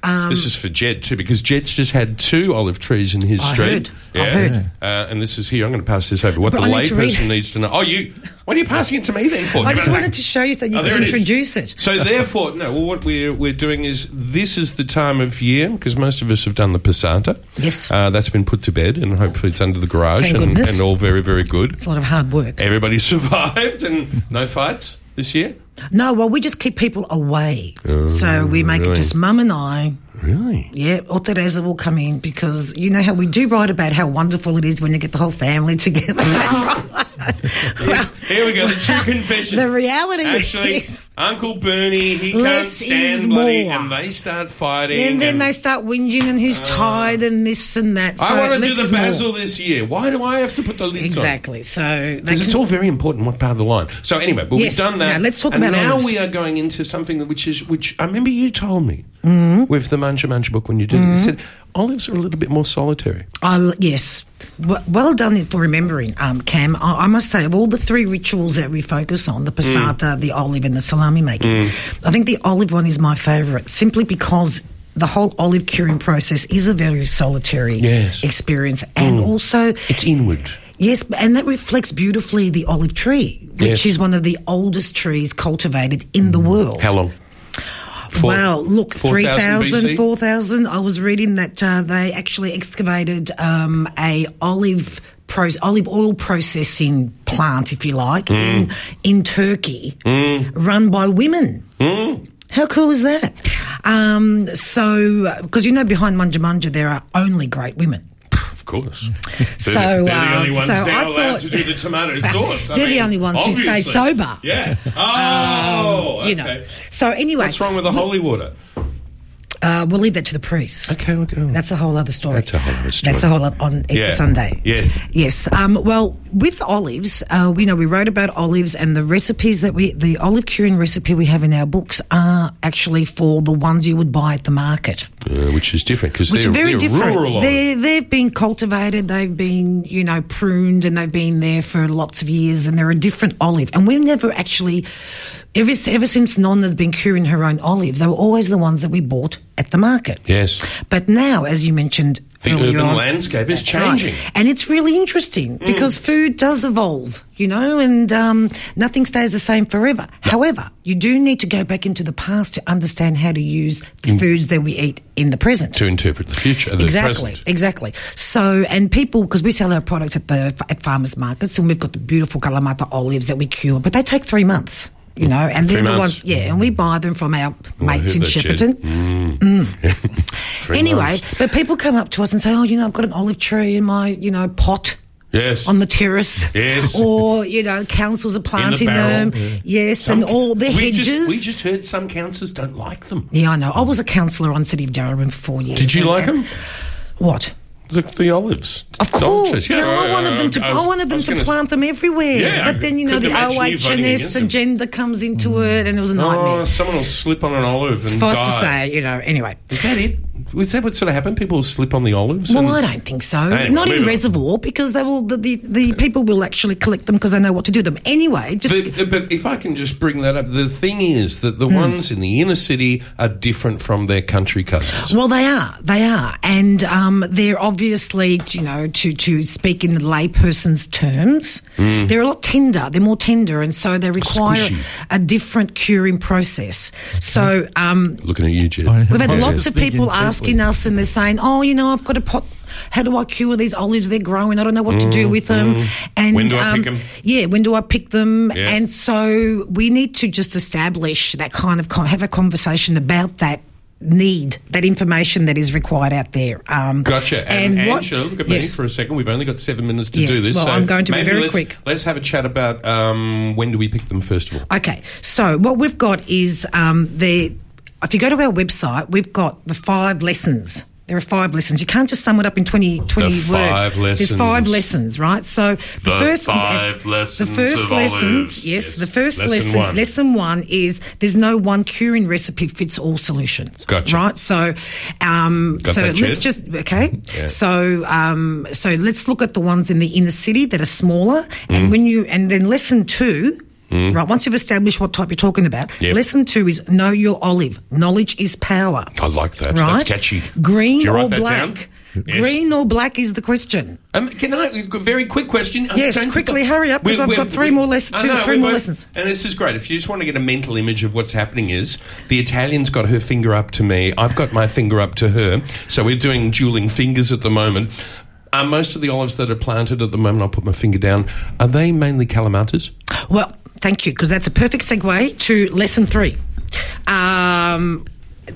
[SPEAKER 7] Um,
[SPEAKER 2] this is for Jed too, because Jed's just had two olive trees in his
[SPEAKER 7] I
[SPEAKER 2] street.
[SPEAKER 7] heard. I heard.
[SPEAKER 2] Uh, and this is here. I'm going to pass this over. What
[SPEAKER 7] But
[SPEAKER 2] the
[SPEAKER 7] I need to
[SPEAKER 2] layperson
[SPEAKER 7] read-
[SPEAKER 2] needs to know. Oh, you. What are you passing it to me then for?
[SPEAKER 7] I
[SPEAKER 2] Give
[SPEAKER 7] just
[SPEAKER 2] it back.
[SPEAKER 7] wanted to show you so you
[SPEAKER 2] Oh,
[SPEAKER 7] can
[SPEAKER 2] there it is.
[SPEAKER 7] introduce it.
[SPEAKER 2] So therefore, no. Well, what we're we're doing is this is the time of year because most of us have done the passata.
[SPEAKER 7] Yes.
[SPEAKER 2] uh, that's been put to bed, and hopefully it's under the garage
[SPEAKER 7] Thank
[SPEAKER 2] and,
[SPEAKER 7] goodness.
[SPEAKER 2] and all very very good.
[SPEAKER 7] It's a lot of hard work.
[SPEAKER 2] Everybody survived, and no fights this year.
[SPEAKER 7] No, well, we just keep people away. so we make
[SPEAKER 2] really?
[SPEAKER 7] it just mum and I.
[SPEAKER 2] Really?
[SPEAKER 7] Yeah, or Teresa will come in because you know how we do write about how wonderful it is when you get the whole family together. well,
[SPEAKER 2] Here we go. The two confessions.
[SPEAKER 7] the reality
[SPEAKER 2] Actually,
[SPEAKER 7] is.
[SPEAKER 2] Uncle Bernie, he
[SPEAKER 7] Less
[SPEAKER 2] can't
[SPEAKER 7] is
[SPEAKER 2] stand bloody,
[SPEAKER 7] more.
[SPEAKER 2] and they start fighting.
[SPEAKER 7] And then they start whinging and who's tired and this and that. So
[SPEAKER 2] Uh, I want to
[SPEAKER 7] less
[SPEAKER 2] do the
[SPEAKER 7] is more.
[SPEAKER 2] basil this year. Why do I have to put the lids on?
[SPEAKER 7] Exactly. So they
[SPEAKER 2] Because it's
[SPEAKER 7] can,
[SPEAKER 2] all very important what part of the line. So anyway, but
[SPEAKER 7] Yes,
[SPEAKER 2] we've done that.
[SPEAKER 7] now let's talk
[SPEAKER 2] and
[SPEAKER 7] about
[SPEAKER 2] now
[SPEAKER 7] olives.
[SPEAKER 2] we are going into something that- which is which I remember you told me with the Mancha Mancha book when you did it. You
[SPEAKER 7] Mm-hmm.
[SPEAKER 2] said olives are a little bit more solitary.
[SPEAKER 7] I'll, yes. W- Well done for remembering, um, Cam. I, I must say, of all the three rituals that we focus on the
[SPEAKER 2] Mm.
[SPEAKER 7] passata, the olive, and the salami making, I think the olive one is my favourite simply because the whole olive curing process is a very solitary
[SPEAKER 2] Yes. Mm.
[SPEAKER 7] experience. And also,
[SPEAKER 2] It's inward.
[SPEAKER 7] Yes, and that reflects beautifully the olive tree, which
[SPEAKER 2] Yes. Mm.
[SPEAKER 7] is one of the oldest trees cultivated in the world.
[SPEAKER 2] How long? Four-
[SPEAKER 7] wow, look,
[SPEAKER 2] 4,000 BC?
[SPEAKER 7] 3,000, 4,000. I was reading that uh, they actually excavated um, a olive pro- olive oil processing plant, if you like,
[SPEAKER 2] Hmm.
[SPEAKER 7] in, in Turkey, run by women.
[SPEAKER 2] Hmm.
[SPEAKER 7] How cool is that? Um, so, because you know, behind Manja Manja, there are only great women.
[SPEAKER 2] Of course.
[SPEAKER 7] So,
[SPEAKER 2] they're, the- they're the
[SPEAKER 7] um,
[SPEAKER 2] only ones now
[SPEAKER 7] so I
[SPEAKER 2] allowed
[SPEAKER 7] thought-
[SPEAKER 2] to do the tomato sauce. I
[SPEAKER 7] They're the
[SPEAKER 2] mean,
[SPEAKER 7] only ones who stay
[SPEAKER 2] obviously.
[SPEAKER 7] sober. Um,
[SPEAKER 2] Yeah. Oh,
[SPEAKER 7] you know.
[SPEAKER 2] okay.
[SPEAKER 7] So anyway,
[SPEAKER 2] What's wrong with the holy water?
[SPEAKER 7] Uh, we'll leave that to the priests.
[SPEAKER 2] Okay, okay.
[SPEAKER 7] That's a whole other story.
[SPEAKER 2] That's a whole other story.
[SPEAKER 7] That's a whole other on Easter
[SPEAKER 2] Yeah.
[SPEAKER 7] Sunday.
[SPEAKER 2] Yes.
[SPEAKER 7] Yes. Um, well, with olives, uh, we know we wrote about olives, and the recipes that we, the olive curing recipe we have in our books, are actually for the ones you would buy at the market,
[SPEAKER 2] Uh, which is different because
[SPEAKER 7] which
[SPEAKER 2] they're,
[SPEAKER 7] are very
[SPEAKER 2] they're
[SPEAKER 7] different.
[SPEAKER 2] rural.
[SPEAKER 7] They they've been cultivated, they've been you know pruned, and they've been there for lots of years, and they're a different olive. And we've never actually. Ever, ever since Nonna's been curing her own olives, they were always the ones that we bought at the market.
[SPEAKER 2] yes.
[SPEAKER 7] But now, as you mentioned,
[SPEAKER 2] The
[SPEAKER 7] earlier
[SPEAKER 2] urban
[SPEAKER 7] on-
[SPEAKER 2] landscape is
[SPEAKER 7] That's right.
[SPEAKER 2] changing. Mm.
[SPEAKER 7] and it's really interesting because food does evolve, you know, and um, nothing stays the same forever. However, you do need to go back into the past to understand how to use the foods that we eat in the present.
[SPEAKER 2] Mm. To interpret the future, the
[SPEAKER 7] Exactly,
[SPEAKER 2] present.
[SPEAKER 7] exactly. So, and people, because we sell our products at the at farmers markets, and we've got the beautiful Kalamata olives that we cure, but they take three months, you know, and
[SPEAKER 2] Three
[SPEAKER 7] they're the
[SPEAKER 2] months.
[SPEAKER 7] ones, yeah, and we buy them from our
[SPEAKER 2] I
[SPEAKER 7] mates in
[SPEAKER 2] heard that, Jed. Mm.
[SPEAKER 7] Shepparton. Mm.
[SPEAKER 2] Three
[SPEAKER 7] anyway,
[SPEAKER 2] months.
[SPEAKER 7] but people come up to us and say, "Oh, you know, I've got an olive tree in my, you know, pot."
[SPEAKER 2] Yes.
[SPEAKER 7] on the terrace.
[SPEAKER 2] Yes.
[SPEAKER 7] Or, you know, councils are planting
[SPEAKER 2] barrel,
[SPEAKER 7] them. Yes, and all their
[SPEAKER 2] we
[SPEAKER 7] hedges.
[SPEAKER 2] Just, we just heard some councillors don't like them.
[SPEAKER 7] yeah, I know. I was a councillor on City of Darwin for four years.
[SPEAKER 2] Did you
[SPEAKER 7] And-
[SPEAKER 2] like them?
[SPEAKER 7] What?
[SPEAKER 2] The, the olives. uh,
[SPEAKER 7] Of course, no. I wanted them to. I, wanted them to plant them everywhere.
[SPEAKER 2] Yeah,
[SPEAKER 7] but then you know
[SPEAKER 2] couldn't
[SPEAKER 7] the
[SPEAKER 2] imagine you voting against
[SPEAKER 7] OHS
[SPEAKER 2] them.
[SPEAKER 7] agenda comes into it, and it was a
[SPEAKER 2] Oh,
[SPEAKER 7] nightmare.
[SPEAKER 2] someone will slip on an olive and
[SPEAKER 7] Suffice to
[SPEAKER 2] die.
[SPEAKER 7] say, you know. Anyway,
[SPEAKER 2] Is that it? Was that what sort of happened? People will slip on the olives?
[SPEAKER 7] well,
[SPEAKER 2] and-
[SPEAKER 7] I don't think so.
[SPEAKER 2] Anyway,
[SPEAKER 7] Not in
[SPEAKER 2] moving on.
[SPEAKER 7] reservoir because they will. The, the, the people will actually collect them because they know what to do with them. Anyway, just
[SPEAKER 2] But, but if I can just bring that up, the thing is that the
[SPEAKER 7] Hmm.
[SPEAKER 2] ones in the inner city are different from their country cousins.
[SPEAKER 7] Well, they are. They are. And um, they're obviously, you know, to, to speak in the layperson's terms, they're a lot tender. They're more tender. And so they require
[SPEAKER 2] Hmm. Squishy.
[SPEAKER 7] a different curing process. So um,
[SPEAKER 2] Looking at you, Jed.
[SPEAKER 7] We've had
[SPEAKER 3] Yeah.
[SPEAKER 7] lots of
[SPEAKER 3] Speaking
[SPEAKER 7] people
[SPEAKER 3] deeply.
[SPEAKER 7] asking us, and they're saying, "Oh, you know, I've got a pot. How do I cure these olives? They're growing. I don't know what to do with them."
[SPEAKER 2] Mm,
[SPEAKER 7] And um,
[SPEAKER 2] When do I pick 'em?
[SPEAKER 7] Yeah, when do I pick them?
[SPEAKER 2] Yeah.
[SPEAKER 7] And so we need to just establish that kind of con- have a conversation about that need, that information that is required out there. Um,
[SPEAKER 2] Gotcha. And,
[SPEAKER 7] what-
[SPEAKER 2] Angela, look at me
[SPEAKER 7] yes.
[SPEAKER 2] for a second. We've only got seven minutes to
[SPEAKER 7] Yes,
[SPEAKER 2] do this.
[SPEAKER 7] well,
[SPEAKER 2] so
[SPEAKER 7] I'm going to be
[SPEAKER 2] maybe
[SPEAKER 7] very
[SPEAKER 2] let's,
[SPEAKER 7] quick.
[SPEAKER 2] Let's have a chat about um, when do we pick them first of all.
[SPEAKER 7] Okay, so what we've got is um, the. If you go to our website, we've got the five lessons. There are five lessons. You can't just sum it up in 20, 20
[SPEAKER 2] The five
[SPEAKER 7] words. There's five
[SPEAKER 2] lessons.
[SPEAKER 7] lessons, right? So the, first
[SPEAKER 2] five
[SPEAKER 7] the
[SPEAKER 2] lessons
[SPEAKER 7] first
[SPEAKER 2] of
[SPEAKER 7] lessons,
[SPEAKER 2] olives.
[SPEAKER 7] yes,
[SPEAKER 2] Yes.
[SPEAKER 7] the first
[SPEAKER 2] Lesson
[SPEAKER 7] lesson lesson
[SPEAKER 2] one.
[SPEAKER 7] one. is there's no one curing recipe fits all solutions.
[SPEAKER 2] Gotcha.
[SPEAKER 7] Right? So um
[SPEAKER 2] Got
[SPEAKER 7] so
[SPEAKER 2] that,
[SPEAKER 7] let's
[SPEAKER 2] Jed?
[SPEAKER 7] just okay.
[SPEAKER 2] Yeah.
[SPEAKER 7] So um so let's look at the ones in the inner city that are smaller
[SPEAKER 2] Mm.
[SPEAKER 7] and when you and then lesson 2 Right, once you've established what type you're talking about,
[SPEAKER 2] Hmm. Yep.
[SPEAKER 7] lesson two is know your olive. Knowledge is power.
[SPEAKER 2] I like that.
[SPEAKER 7] Right?
[SPEAKER 2] Oh, That's catchy. Did
[SPEAKER 7] Green
[SPEAKER 2] you write
[SPEAKER 7] or
[SPEAKER 2] that down?
[SPEAKER 7] black?
[SPEAKER 2] Yes.
[SPEAKER 7] Green or black is the question.
[SPEAKER 2] Um, can I? we've got a Very quick question. Uh, I
[SPEAKER 7] Yes,
[SPEAKER 2] don't think
[SPEAKER 7] quickly,
[SPEAKER 2] I-
[SPEAKER 7] hurry up, 'cause
[SPEAKER 2] We're-
[SPEAKER 7] I've
[SPEAKER 2] we're-
[SPEAKER 7] got three
[SPEAKER 2] we-
[SPEAKER 7] more less-
[SPEAKER 2] I
[SPEAKER 7] two-
[SPEAKER 2] know,
[SPEAKER 7] three
[SPEAKER 2] we
[SPEAKER 7] more
[SPEAKER 2] won't-
[SPEAKER 7] lessons.
[SPEAKER 2] And this is great. If you just want to get a mental image of what's happening, is the Italian's got her finger up to me? I've got my finger up to her. So we're doing dueling fingers at the moment. Are most of the olives that are planted at the moment? I'll put my finger down. Are they mainly calamantas?
[SPEAKER 7] Well, thank you, because that's a perfect segue to lesson three. Um,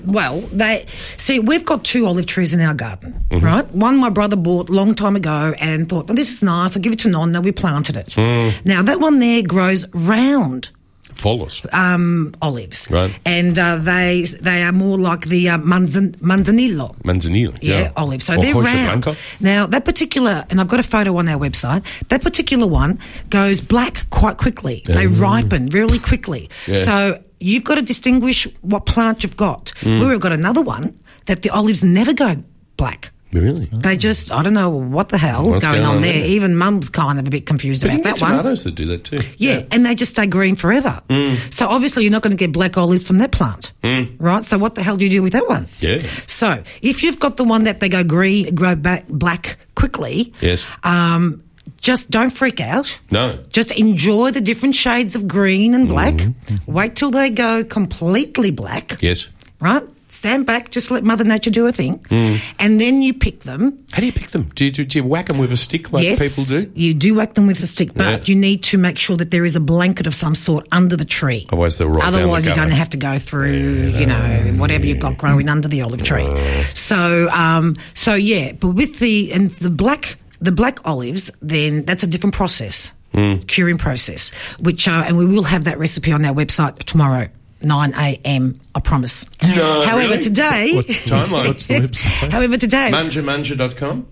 [SPEAKER 7] well, they see we've got two olive trees in our garden,
[SPEAKER 2] Mm-hmm.
[SPEAKER 7] right? One my brother bought long time ago and thought, well, this is nice. I'll give it to Nonna. We planted it.
[SPEAKER 2] Mm.
[SPEAKER 7] Now that one there grows round
[SPEAKER 2] Follows.
[SPEAKER 7] um, olives,
[SPEAKER 2] Right.
[SPEAKER 7] And uh, they they are more like the uh, manzan- manzanillo
[SPEAKER 2] Manzanilla.
[SPEAKER 7] yeah, olives. So
[SPEAKER 2] Or
[SPEAKER 7] they're
[SPEAKER 2] Jorge
[SPEAKER 7] round.
[SPEAKER 2] Blanco.
[SPEAKER 7] Now that particular, and I've got a photo on our website. That particular one goes black quite quickly. They
[SPEAKER 2] Mm.
[SPEAKER 7] ripen really quickly. So you've got to distinguish what plant you've got.
[SPEAKER 2] Mm.
[SPEAKER 7] We've got another one that the olives never go black.
[SPEAKER 2] Really?
[SPEAKER 7] They just, I don't know what the hell's
[SPEAKER 2] What's
[SPEAKER 7] going,
[SPEAKER 2] going
[SPEAKER 7] on,
[SPEAKER 2] on
[SPEAKER 7] there.
[SPEAKER 2] there?
[SPEAKER 7] Even mum's kind of a bit confused
[SPEAKER 2] But you
[SPEAKER 7] about
[SPEAKER 2] can get
[SPEAKER 7] that one.
[SPEAKER 2] tomatoes that do that too.
[SPEAKER 7] Yeah, and they just stay green forever.
[SPEAKER 2] Mm.
[SPEAKER 7] So obviously, you're not going to get black olives from that plant, right? So what the hell do you do with that one?
[SPEAKER 2] Yeah.
[SPEAKER 7] So if you've got the one that they go green, grow back black quickly,
[SPEAKER 2] Yes.
[SPEAKER 7] um, just don't freak out.
[SPEAKER 2] No.
[SPEAKER 7] Just enjoy the different shades of green and black.
[SPEAKER 2] Mm-hmm.
[SPEAKER 7] Wait till they go completely black,
[SPEAKER 2] Yes.
[SPEAKER 7] right? Stand back, just let Mother Nature do her thing,
[SPEAKER 2] Mm.
[SPEAKER 7] and then you pick them
[SPEAKER 2] How do you pick them? Do you, do you whack them with a stick like people do?
[SPEAKER 7] you do whack them with a stick, but
[SPEAKER 2] Yeah.
[SPEAKER 7] you need to make sure that there is a blanket of some sort under the tree.
[SPEAKER 2] Otherwise they'll rot down the
[SPEAKER 7] Otherwise, you're
[SPEAKER 2] gutter.
[SPEAKER 7] going to have to go through, you know, whatever you've got growing under the olive tree. So, um, so yeah, but with the and the black the black olives, then that's a different process,
[SPEAKER 2] Hmm.
[SPEAKER 7] curing process. Which uh, and we will have that recipe on our website tomorrow. 9 a.m. I promise. however,
[SPEAKER 2] really?
[SPEAKER 7] today,
[SPEAKER 2] What timeline? What's the
[SPEAKER 7] however today,
[SPEAKER 2] Manjamanja.com?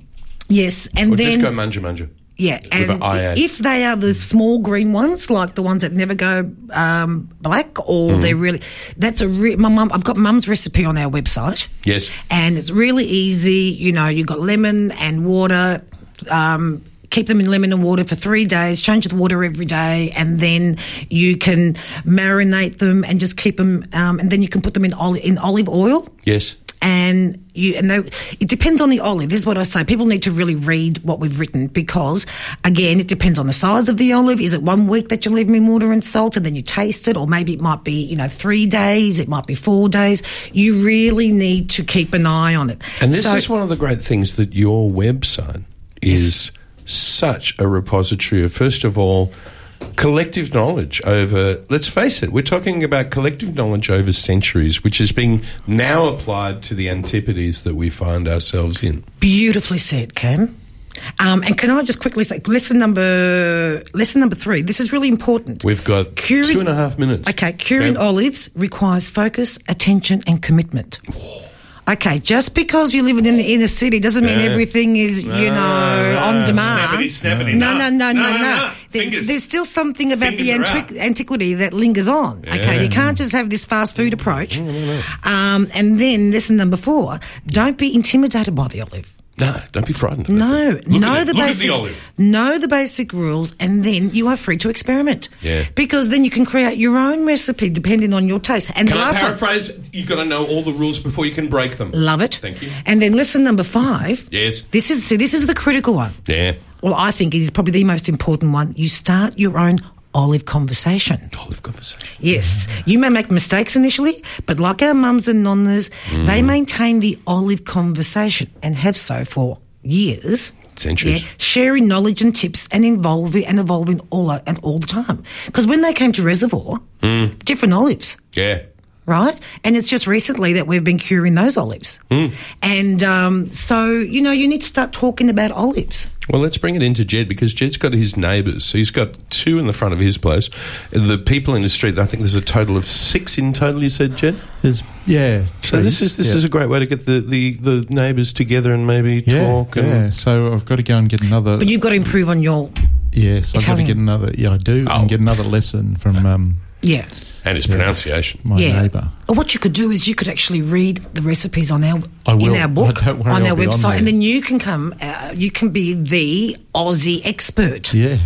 [SPEAKER 7] yes, and
[SPEAKER 2] Or
[SPEAKER 7] then
[SPEAKER 2] just go manjamanja.
[SPEAKER 7] yeah, and
[SPEAKER 2] an eye out.
[SPEAKER 7] if they are the small green ones, like the ones that never go um, black, or they're really that's a re- my mum. I've got mum's recipe on our website.
[SPEAKER 2] Yes.
[SPEAKER 7] and it's really easy. You know, you've got lemon and water. Um, keep them in lemon and water for three days. Change the water every day, and then you can marinate them and just keep them. Um, and then you can put them in oli- in olive oil
[SPEAKER 2] Yes.
[SPEAKER 7] and you and they, it depends on the olive. This is what I say. People need to really read what we've written because, again, it depends on the size of the olive. Is it one week that you leave them in water and salt and then you taste it, or maybe it might be you know three days, it might be four days. You really need to keep an eye on it.
[SPEAKER 2] And this
[SPEAKER 7] So-
[SPEAKER 2] is one of the great things that your website is such a repository of, first of all, collective knowledge over, let's face it, we're talking about collective knowledge over centuries, which is being now applied to the antipodes that we find ourselves in.
[SPEAKER 7] beautifully said, Cam. Um, and can I just quickly say lesson number lesson number three? This is really important.
[SPEAKER 2] We've got two and a half minutes.
[SPEAKER 7] Okay, curing
[SPEAKER 2] Okay.
[SPEAKER 7] olives requires focus, attention, and commitment. Okay, just because you live in the inner city doesn't mean
[SPEAKER 2] Yeah.
[SPEAKER 7] everything is, you know,
[SPEAKER 2] Ah,
[SPEAKER 7] on demand.
[SPEAKER 2] snappity, snappity,
[SPEAKER 7] no,
[SPEAKER 2] nah.
[SPEAKER 7] no, no, no,
[SPEAKER 2] No,
[SPEAKER 7] no.
[SPEAKER 2] no, no.
[SPEAKER 7] There's,
[SPEAKER 2] Fingers.
[SPEAKER 7] there's still something about the
[SPEAKER 2] Fingers are
[SPEAKER 7] antiqu-
[SPEAKER 2] out.
[SPEAKER 7] antiquity that lingers on. Okay, you can't just have this fast food approach. Um, and then lesson number four: don't be intimidated by the olive.
[SPEAKER 2] No, don't be frightened. of
[SPEAKER 7] No,
[SPEAKER 2] that thing. Look
[SPEAKER 7] know
[SPEAKER 2] at it.
[SPEAKER 7] the
[SPEAKER 2] Look
[SPEAKER 7] basic,
[SPEAKER 2] At the olive.
[SPEAKER 7] know the basic rules, and then you are free to experiment.
[SPEAKER 2] Yeah.
[SPEAKER 7] because then you can create your own recipe depending on your taste. And
[SPEAKER 2] Can
[SPEAKER 7] the
[SPEAKER 2] I
[SPEAKER 7] last one,
[SPEAKER 2] paraphrase? You've got to know all the rules before you can break them.
[SPEAKER 7] love it.
[SPEAKER 2] Thank you.
[SPEAKER 7] And then lesson number five.
[SPEAKER 2] Yes.
[SPEAKER 7] this is see, this is the critical one.
[SPEAKER 2] Yeah.
[SPEAKER 7] Well, I think is probably the most important one. You start your own olive conversation.
[SPEAKER 2] Olive conversation.
[SPEAKER 7] Yes,
[SPEAKER 2] Mm.
[SPEAKER 7] you may make mistakes initially, but like our mums and nonnas,
[SPEAKER 2] Mm.
[SPEAKER 7] they maintain the olive conversation and have so for years.
[SPEAKER 2] Centuries.
[SPEAKER 7] sharing knowledge and tips and evolving and evolving all o- and all the time. Because when they came to Reservoir,
[SPEAKER 3] Mm.
[SPEAKER 7] different olives
[SPEAKER 2] Yeah.
[SPEAKER 7] right? And it's just recently that we've been curing those olives.
[SPEAKER 3] Mm.
[SPEAKER 7] And um, so, you know, you need to start talking about olives.
[SPEAKER 2] Well, let's bring it into Jed because Jed's got his neighbours. So he's got two in the front of his place. The people in the street. I think there's a total of six in total. You said, Jed.
[SPEAKER 3] There's, yeah.
[SPEAKER 2] So
[SPEAKER 3] trees.
[SPEAKER 2] this is this
[SPEAKER 3] Yeah.
[SPEAKER 2] is a great way to get the, the, the neighbours together and maybe
[SPEAKER 3] yeah,
[SPEAKER 2] talk. And,
[SPEAKER 3] yeah. So I've got to go and get another.
[SPEAKER 7] But you've got to improve on your,
[SPEAKER 3] yes, I've got to
[SPEAKER 7] Italian.
[SPEAKER 3] get another. Yeah, I do,
[SPEAKER 2] Oh. Uh,
[SPEAKER 3] and get another lesson from um,
[SPEAKER 7] yeah.
[SPEAKER 2] and his pronunciation.
[SPEAKER 3] my
[SPEAKER 7] yeah.
[SPEAKER 3] neighbour.
[SPEAKER 7] Or What you could do is you could actually read the recipes on our
[SPEAKER 3] I will.
[SPEAKER 7] in our book
[SPEAKER 3] Oh, don't worry,
[SPEAKER 7] on
[SPEAKER 3] I'll
[SPEAKER 7] our
[SPEAKER 3] be on
[SPEAKER 7] website,
[SPEAKER 3] there.
[SPEAKER 7] and then you can come. Uh, you can be the Aussie expert.
[SPEAKER 3] Yeah,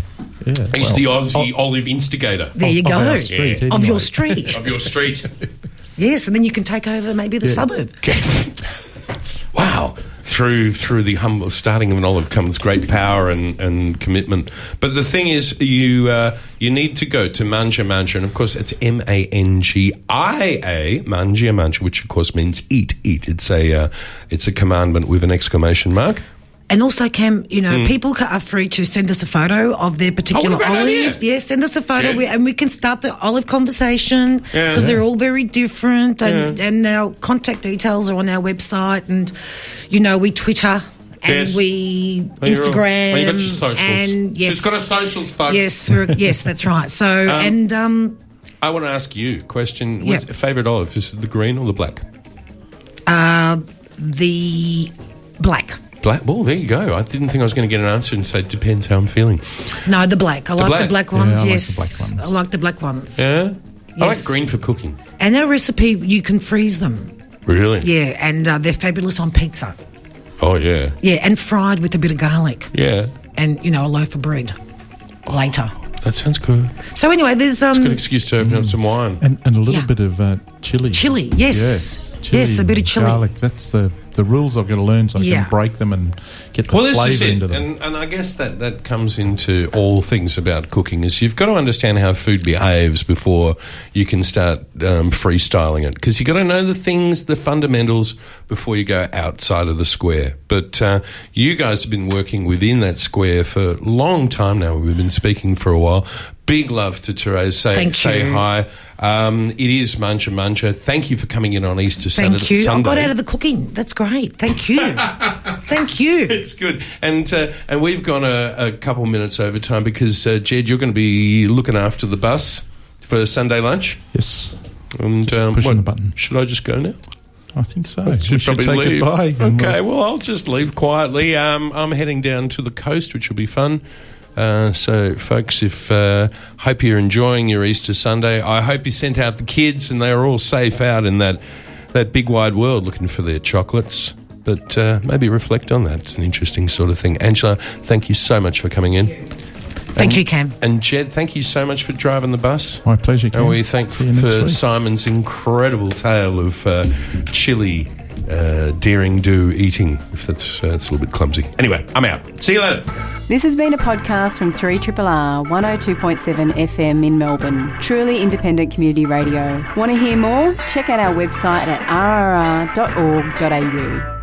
[SPEAKER 3] yeah.
[SPEAKER 2] He's
[SPEAKER 3] well, oh.
[SPEAKER 2] the Aussie olive instigator
[SPEAKER 7] There you
[SPEAKER 3] Of-
[SPEAKER 7] go.
[SPEAKER 3] of our street,
[SPEAKER 7] Of
[SPEAKER 3] anyway.
[SPEAKER 7] your street.
[SPEAKER 2] of your street.
[SPEAKER 7] yes, and then you can take over maybe the suburb.
[SPEAKER 2] Okay. wow. Through through the humble starting of an olive comes great power and, and commitment. But the thing is, you uh, you need to go to Manja Manja, and of course it's M A N G I A Manja Manja, which of course means eat eat. It's a uh, it's a commandment with an exclamation mark.
[SPEAKER 7] And also, Cam, you
[SPEAKER 2] Hmm.
[SPEAKER 7] know, people ca- are free to send us a photo of
[SPEAKER 2] Oh,
[SPEAKER 7] their particular
[SPEAKER 2] great idea.
[SPEAKER 7] olive. Yeah, send us a photo,
[SPEAKER 2] Yeah.
[SPEAKER 7] we, and we can start the olive conversation because
[SPEAKER 2] Yeah.
[SPEAKER 7] they're all very different. And, and our contact details are on our website, and you know, we Twitter. And
[SPEAKER 2] Yes.
[SPEAKER 7] we
[SPEAKER 2] And you're all-
[SPEAKER 7] Instagram
[SPEAKER 2] and you've got your socials.
[SPEAKER 7] and yes,
[SPEAKER 2] She's got her socials, folks.
[SPEAKER 7] Yes, we're, yes, that's right. So and um,
[SPEAKER 2] I want to ask you a question.
[SPEAKER 7] Yeah.
[SPEAKER 2] What's your favorite olive? Is it the green or the black?
[SPEAKER 7] the black,
[SPEAKER 2] Black. Well, there you go. I didn't think I was going to get an answer and say it depends how I'm feeling.
[SPEAKER 7] no, the black. I like
[SPEAKER 2] black.
[SPEAKER 7] the black
[SPEAKER 3] I
[SPEAKER 7] ones.
[SPEAKER 3] like the
[SPEAKER 7] yes,
[SPEAKER 3] black ones.
[SPEAKER 7] I like the black ones.
[SPEAKER 2] Yeah. I like
[SPEAKER 7] Yes.
[SPEAKER 2] green for cooking.
[SPEAKER 7] And our recipe, you can freeze them.
[SPEAKER 2] Really?
[SPEAKER 7] Yeah, and uh, they're fabulous on pizza.
[SPEAKER 2] Oh yeah.
[SPEAKER 7] Yeah, and fried with a bit of garlic
[SPEAKER 2] Yeah.
[SPEAKER 7] and you know a loaf of bread later.
[SPEAKER 2] That sounds good. Mm.
[SPEAKER 7] So anyway, there's
[SPEAKER 2] Good
[SPEAKER 7] um
[SPEAKER 2] excuse to open up some wine.
[SPEAKER 3] and, and a little
[SPEAKER 7] Yeah.
[SPEAKER 3] bit of uh, chili.
[SPEAKER 7] Chili, yes.
[SPEAKER 3] chili
[SPEAKER 7] Yes, a bit of
[SPEAKER 3] and
[SPEAKER 7] chili.
[SPEAKER 3] Garlic. That's the the rules I've got to learn, so I
[SPEAKER 7] Yeah.
[SPEAKER 3] can break them and get the
[SPEAKER 2] Well, this is
[SPEAKER 3] flavour
[SPEAKER 2] it,
[SPEAKER 3] into them.
[SPEAKER 2] and, and I guess that, that comes into all things about cooking is you've got to understand how food behaves before you can start um, freestyling it because you've got to know the things, the fundamentals before you go outside of the square. But uh, you guys have been working within that square for a long time now. We've been speaking for a while. Big love to Therese. Say,
[SPEAKER 7] Thank
[SPEAKER 2] say
[SPEAKER 7] you.
[SPEAKER 2] hi. Um, it is Mancha Mancha. Thank you for coming in on Easter Saturday.
[SPEAKER 7] thank you.
[SPEAKER 2] Sunday.
[SPEAKER 7] I got out of the cooking. That's great. Thank you. thank you.
[SPEAKER 2] It's good, and uh, and we've gone a, a couple minutes over time because uh, Jed, you're going to be looking after the bus for Sunday lunch.
[SPEAKER 3] Yes,
[SPEAKER 2] And um,
[SPEAKER 3] pushing the button.
[SPEAKER 2] Should I just go now?
[SPEAKER 3] I think so.
[SPEAKER 2] I
[SPEAKER 3] we should
[SPEAKER 2] probably
[SPEAKER 3] say
[SPEAKER 2] leave.
[SPEAKER 3] goodbye. and
[SPEAKER 2] Okay, well, I'll just leave quietly. Um, I'm heading down to the coast, which will be fun. Uh, so, folks, if uh, hope you're enjoying your Easter Sunday. I hope you sent out the kids and they are all safe out in that that big wide world looking for their chocolates. But uh, maybe reflect on that. It's an interesting sort of thing. Angela, thank you so much for coming in.
[SPEAKER 7] Thank you, Cam.
[SPEAKER 2] And Jed, thank you so much for driving the bus.
[SPEAKER 3] My pleasure, Ken.
[SPEAKER 2] And we thank
[SPEAKER 3] See you next
[SPEAKER 2] for
[SPEAKER 3] week.
[SPEAKER 2] Simon's incredible tale of uh, chili, uh, daring do eating. If that's uh, that's a little bit clumsy. Anyway, I'm out. See you later.
[SPEAKER 1] This has been a podcast from 3RRR 102.7 FM in Melbourne. Truly independent community radio. Want to hear more? Check out our website at rrr.org.au.